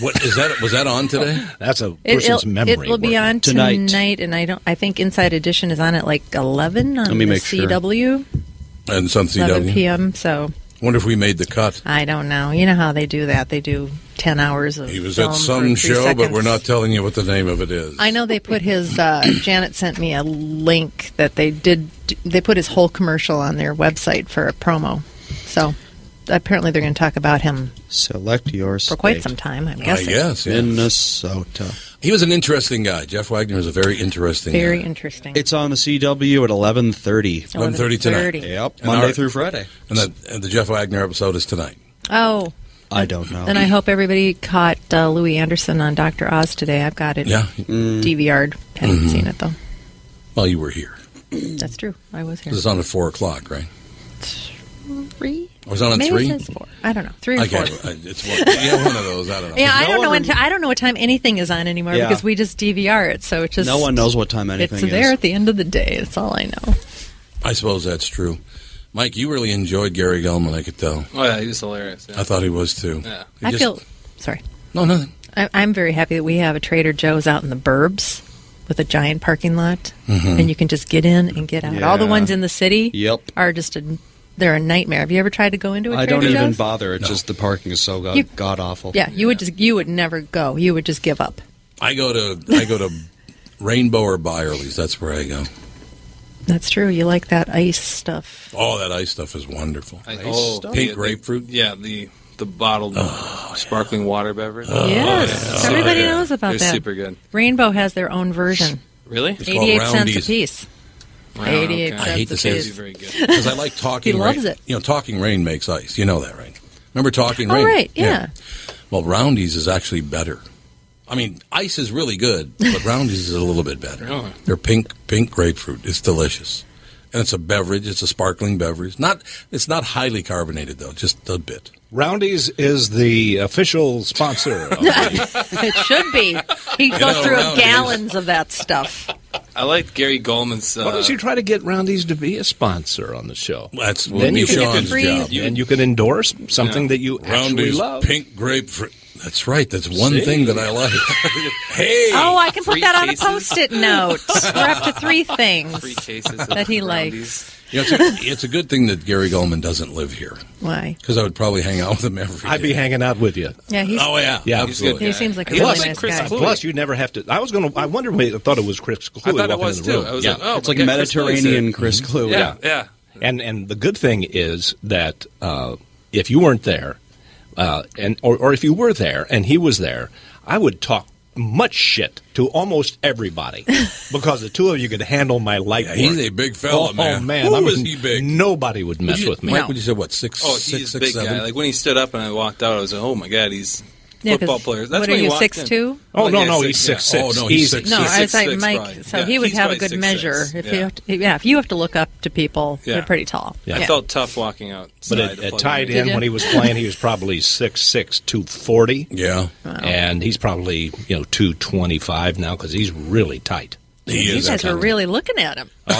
B: What is that? Was that on today?
O: That's a
I: It-
O: person's
I: it'll-
O: memory.
I: It will be
O: working.
I: on
O: Tonight.
I: tonight. and I don't. I think Inside Edition is on at like eleven on
B: Let me
I: the
B: make sure.
I: CW,
B: And some
I: eleven
B: CW.
I: p.m. So
B: Wonder if we made the cut.
I: I don't know. You know how they do that? They do ten hours of.
B: He was at
I: film
B: some
I: for three
B: show, but
I: seconds.
B: we're not telling you what the name of it is.
I: I know they put his. Uh, Janet sent me a link that they did. They put his whole commercial on their website for a promo. So apparently they're going to talk about him
P: Select your
I: for quite some time. I'm guessing.
B: guess, yeah.
P: Minnesota.
B: He was an interesting guy. Jeff Wagner is a very interesting
I: Very
B: guy.
I: interesting.
P: It's on the CW at
I: Oh,
P: 11:30.
B: 1.30 tonight.
P: Yep,
B: And
P: Monday
B: our-
P: through Friday.
B: And, that, and the Jeff Wagner episode is tonight.
I: Oh,
P: I don't know.
I: and I hope everybody caught uh, Louis Anderson on Doctor Oz today. I've got it.
B: Yeah.
I: DVR'd. Haven't
B: Mhm.
I: seen it though.
B: Well, you were here.
I: That's true. I was here.
B: This is on at 4 o'clock, right?
I: three.
B: I was on at
I: Maybe
B: three?
I: It says four. I don't know. Three or
B: I can't-
I: four.
B: I- It's one, yeah, one of those. I don't know.
I: Yeah, I
B: No
I: don't know.
B: one
I: When t- I don't know what time anything is on anymore
P: Yeah.
I: because we just DVR it. So it just
P: No one knows what time anything
I: It's
P: is.
I: there at the end of the day. That's all I know.
B: I suppose that's true. Mike, you really enjoyed Gary Gulman, I could tell.
D: Oh yeah, he was hilarious.
B: I thought he was too.
D: Yeah.
B: He
I: I
B: just-
I: feel sorry.
B: No, nothing.
I: I, I'm very happy that we have a Trader Joe's out in the burbs with a giant parking lot,
B: Mhm.
I: and you can just get in and get out. All the
P: Yeah.
I: ones in the city
P: Yep.
I: are just a they're a nightmare. Have you ever tried to go into a
P: I
I: Trader
P: don't even
I: Joe's?
P: bother. It's just the parking is so
I: You-
P: god, god awful.
I: Yeah, you would just you would never go. You would just give up.
B: I go to I go to Rainbow or Byerly's. That's where I go.
I: That's true. You like that ice stuff.
B: Oh, that ice stuff is wonderful.
D: Ice Oh, stuff?
B: Pink
D: yeah,
B: grapefruit. Oh,
D: Yeah, the the bottled sparkling water beverage.
I: yes,
D: Oh, yeah.
I: everybody
D: Super good.
I: knows about
D: They're
I: that.
D: super good.
I: Rainbow has their own version.
D: Really? It's called
I: Eighty-eight cents a
B: Roundies.
I: piece.
D: Wow,
I: Eighty-eight
D: okay.
I: cents
B: I hate
I: a
B: to say
I: piece.
B: this because I like talking.
I: He loves
B: rain.
I: it.
B: You know, talking rain makes ice. You know that, right? Remember talking
I: Oh,
B: rain?
I: right, yeah.
B: Well, Roundies is actually better. I mean, ice is really good, but Roundies is a little bit better.
D: Really?
B: They're pink, pink grapefruit. It's delicious, and it's a beverage. It's a sparkling beverage. Not, it's not highly carbonated though, just a bit.
O: Roundy's is the official sponsor. Of
I: it should be. He
D: You
I: goes
D: know,
I: through
D: roundies.
I: gallons of that stuff.
D: I like Gary Goldman's. Uh,
O: Why don't you try to get Roundy's to be a sponsor on the show?
B: That's
O: then
B: would
O: you
B: be Sean's
O: could,
B: job.
O: and you could endorse something
B: Yeah.
O: that you actually
B: Roundy's
O: love.
B: pink grapefruit. That's right. That's one
O: See?
B: thing that I like. hey,
I: oh, I can put
B: Free
I: that on a
B: cases.
I: post-it note. We're up to three things
B: Free cases of
I: that he likes.
B: You know, it's, a, it's a good thing that Gary Goldman doesn't live here
I: Why?
B: because I would probably hang out with him every day.
O: I'd be hanging out with you.
I: Yeah, he's.
B: Oh yeah,
O: Yeah,
I: He seems like a
O: plus,
I: really nice guy.
O: plus, you never have to. I was going to. I wondered. wait, I thought it was Chris Clue.
D: I thought it
O: walking
D: was,
O: in the room.
D: too. I was
O: yeah.
D: like, oh,
O: it's
D: my
O: like
D: God, Chris Clue is
O: Mediterranean
D: it.
O: Chris Clue.
D: Yeah, yeah.
O: And and the good thing is that uh, if you weren't there, uh, and or, or if you were there and he was there, I would talk much shit to almost everybody because the two of you could handle my light.
B: Yeah, he's
O: work.
B: a big fella,
O: oh,
B: man.
O: Oh man,
B: Who
O: I
B: is
O: would-
B: he big?
O: Nobody would mess
B: you-
O: with me.
B: Mike, No. would you say, what, six-
D: Oh,
B: six,
D: he's a
B: six,
D: big
B: seven?
D: guy. Like when he stood up and I walked out, I was like, oh my god, he's
I: Yeah, 'cause
D: football player. That's
I: what
D: when
I: are
D: he
I: you,
D: walked
I: 6'2"?
D: in.
O: Oh,
D: Like,
O: no,
D: yeah,
O: no,
D: six-
O: he's
D: yeah.
O: six six.
B: Oh, no, he's
O: Easy.
B: six
I: No, I was like
D: six,
I: Mike.
D: probably.
I: So
D: Yeah,
I: he would
D: he's
I: have a
D: probably
I: good
D: six,
I: measure.
D: six.
I: If
D: Yeah.
I: you have to, yeah, if you have to look up to people,
D: Yeah.
I: they're pretty tall.
D: I felt tough walking out.
O: But at, at tight end, when he was playing, he was probably six six two forty.
B: Yeah,
O: and he's probably you know two twenty five now because he's really tight.
I: you guys were really looking at him.
O: we,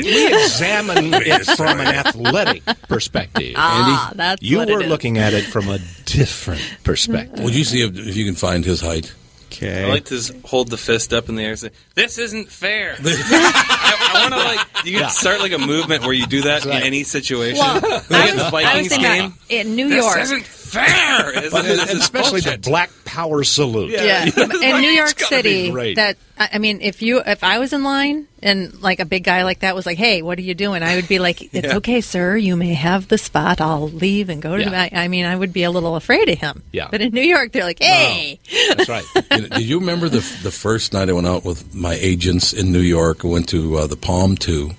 O: we examine it from an athletic perspective.
I: Ah, that's
O: you
I: what it
O: were
I: is.
O: looking at it from a different perspective.
B: Would you see if, if you can find his height?
D: I
O: Okay.
D: like to s- hold the fist up in the air and say, "This isn't fair." I, want to like you could
O: Yeah.
D: start like a movement where you do that in any situation.
I: Well,
D: like
I: I was, I
D: at the
I: was
D: Vikings
I: thinking
D: game.
I: about in New
D: this
I: York.
D: isn't fair. This
O: But
D: is- this is
O: especially
D: bullshit.
O: the black power salute.
I: Yeah, in New York
O: gotta be
I: City,
O: great.
I: that I I mean, if you if I was in line and like a big guy like that was like, "Hey, what are you doing?" I would be like, "It's
O: Yeah.
I: okay, sir. You may have the spot. I'll leave and go to."
B: Yeah.
I: the I, I mean, I would be a little afraid of him.
B: Yeah.
I: But in New York, they're like, "Hey,
O: That's right.
B: Did did you remember the the first night I went out with my agents in New York? I went to uh, the Palm Two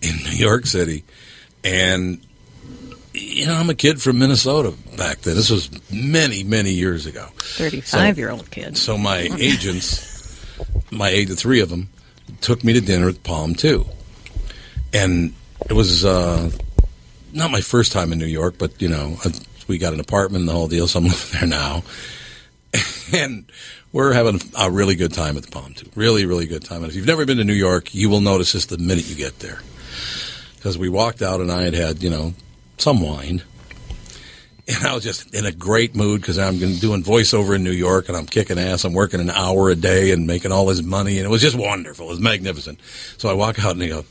B: in New York City, and you know I'm a kid from Minnesota back then. This was many many years ago.
I: thirty-five year old kid."
B: So my agents, my eight, the three of them, took me to dinner at Palm Two, and it was uh, not my first time in New York, but you know I, we got an apartment and the whole deal, so I'm living there now, and we're having a really good time at the Palm Two, really really good time. And if you've never been to New York, you will notice this the minute you get there, because we walked out and I had had you know some wine and I was just in a great mood because I'm gonna- doing voiceover in New York and I'm kicking ass. I'm working an hour a day and making all this money, and it was just wonderful. It was magnificent. So I walk out and I go,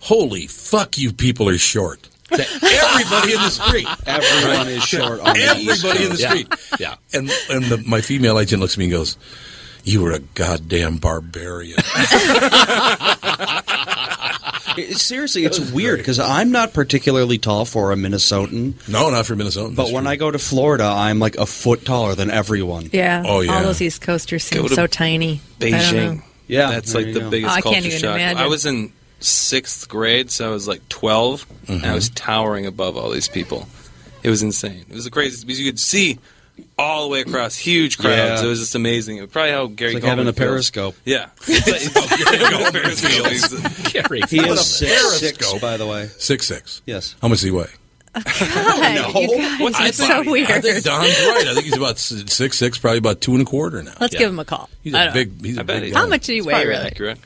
B: "Holy fuck, you people are short." To everybody in the street,
P: Everyone is short on the East
B: everybody in the
P: Coast.
B: street.
O: Yeah.
B: And and the, my female agent looks at me and goes, "You were a goddamn barbarian."
P: It- seriously, it's weird because I'm not particularly tall for a Minnesotan.
B: No, not for Minnesotan.
P: But when I go to Florida, I'm like a foot taller than everyone.
I: Yeah.
P: Oh, yeah.
I: All those East Coasters seem
P: Go to
I: so tiny. I don't know.
D: Beijing.
P: Yeah,
D: that's
P: there
D: like
P: you
D: the
P: go.
D: biggest
I: Oh, I
D: culture
I: can't even
D: shock.
I: imagine.
D: I was in sixth grade, so I was like 12 and I was towering above all these people. It was insane. It was the craziest because you could see
S: all the way across, huge crowds.
P: Yeah.
S: It was just amazing. It was probably how Gary
P: It's like
S: Coleman
P: having a
S: feels.
P: periscope.
S: Yeah, It's like- oh, Go periscope. He's-
P: He is six, six, by the way.
B: Six six.
P: Yes.
B: How much does he weigh?
I: God, you guys are so weird.
B: I think Don's right. I think he's about six six, probably about two and a quarter now.
I: Let's give him a call.
B: He's
I: I
B: a
I: don't know.
B: big. He's a big.
I: How
B: guy.
I: much do you weigh, really?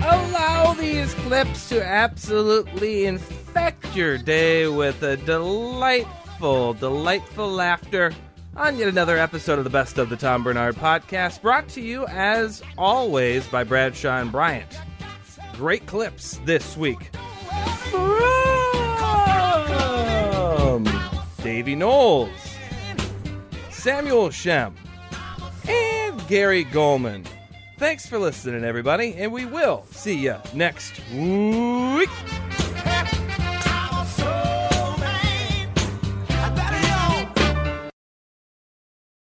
D: Allow these clips to absolutely infect your day with a delightful, delightful laughter on yet another episode of the Best of the Tom Bernard podcast, brought to you as always by Bradshaw and Bryant. Great clips this week
I: Oh.
D: from Davy Knowles, Samuel Shem, and Gary Goldman. Thanks for listening, everybody, and we will see you next week.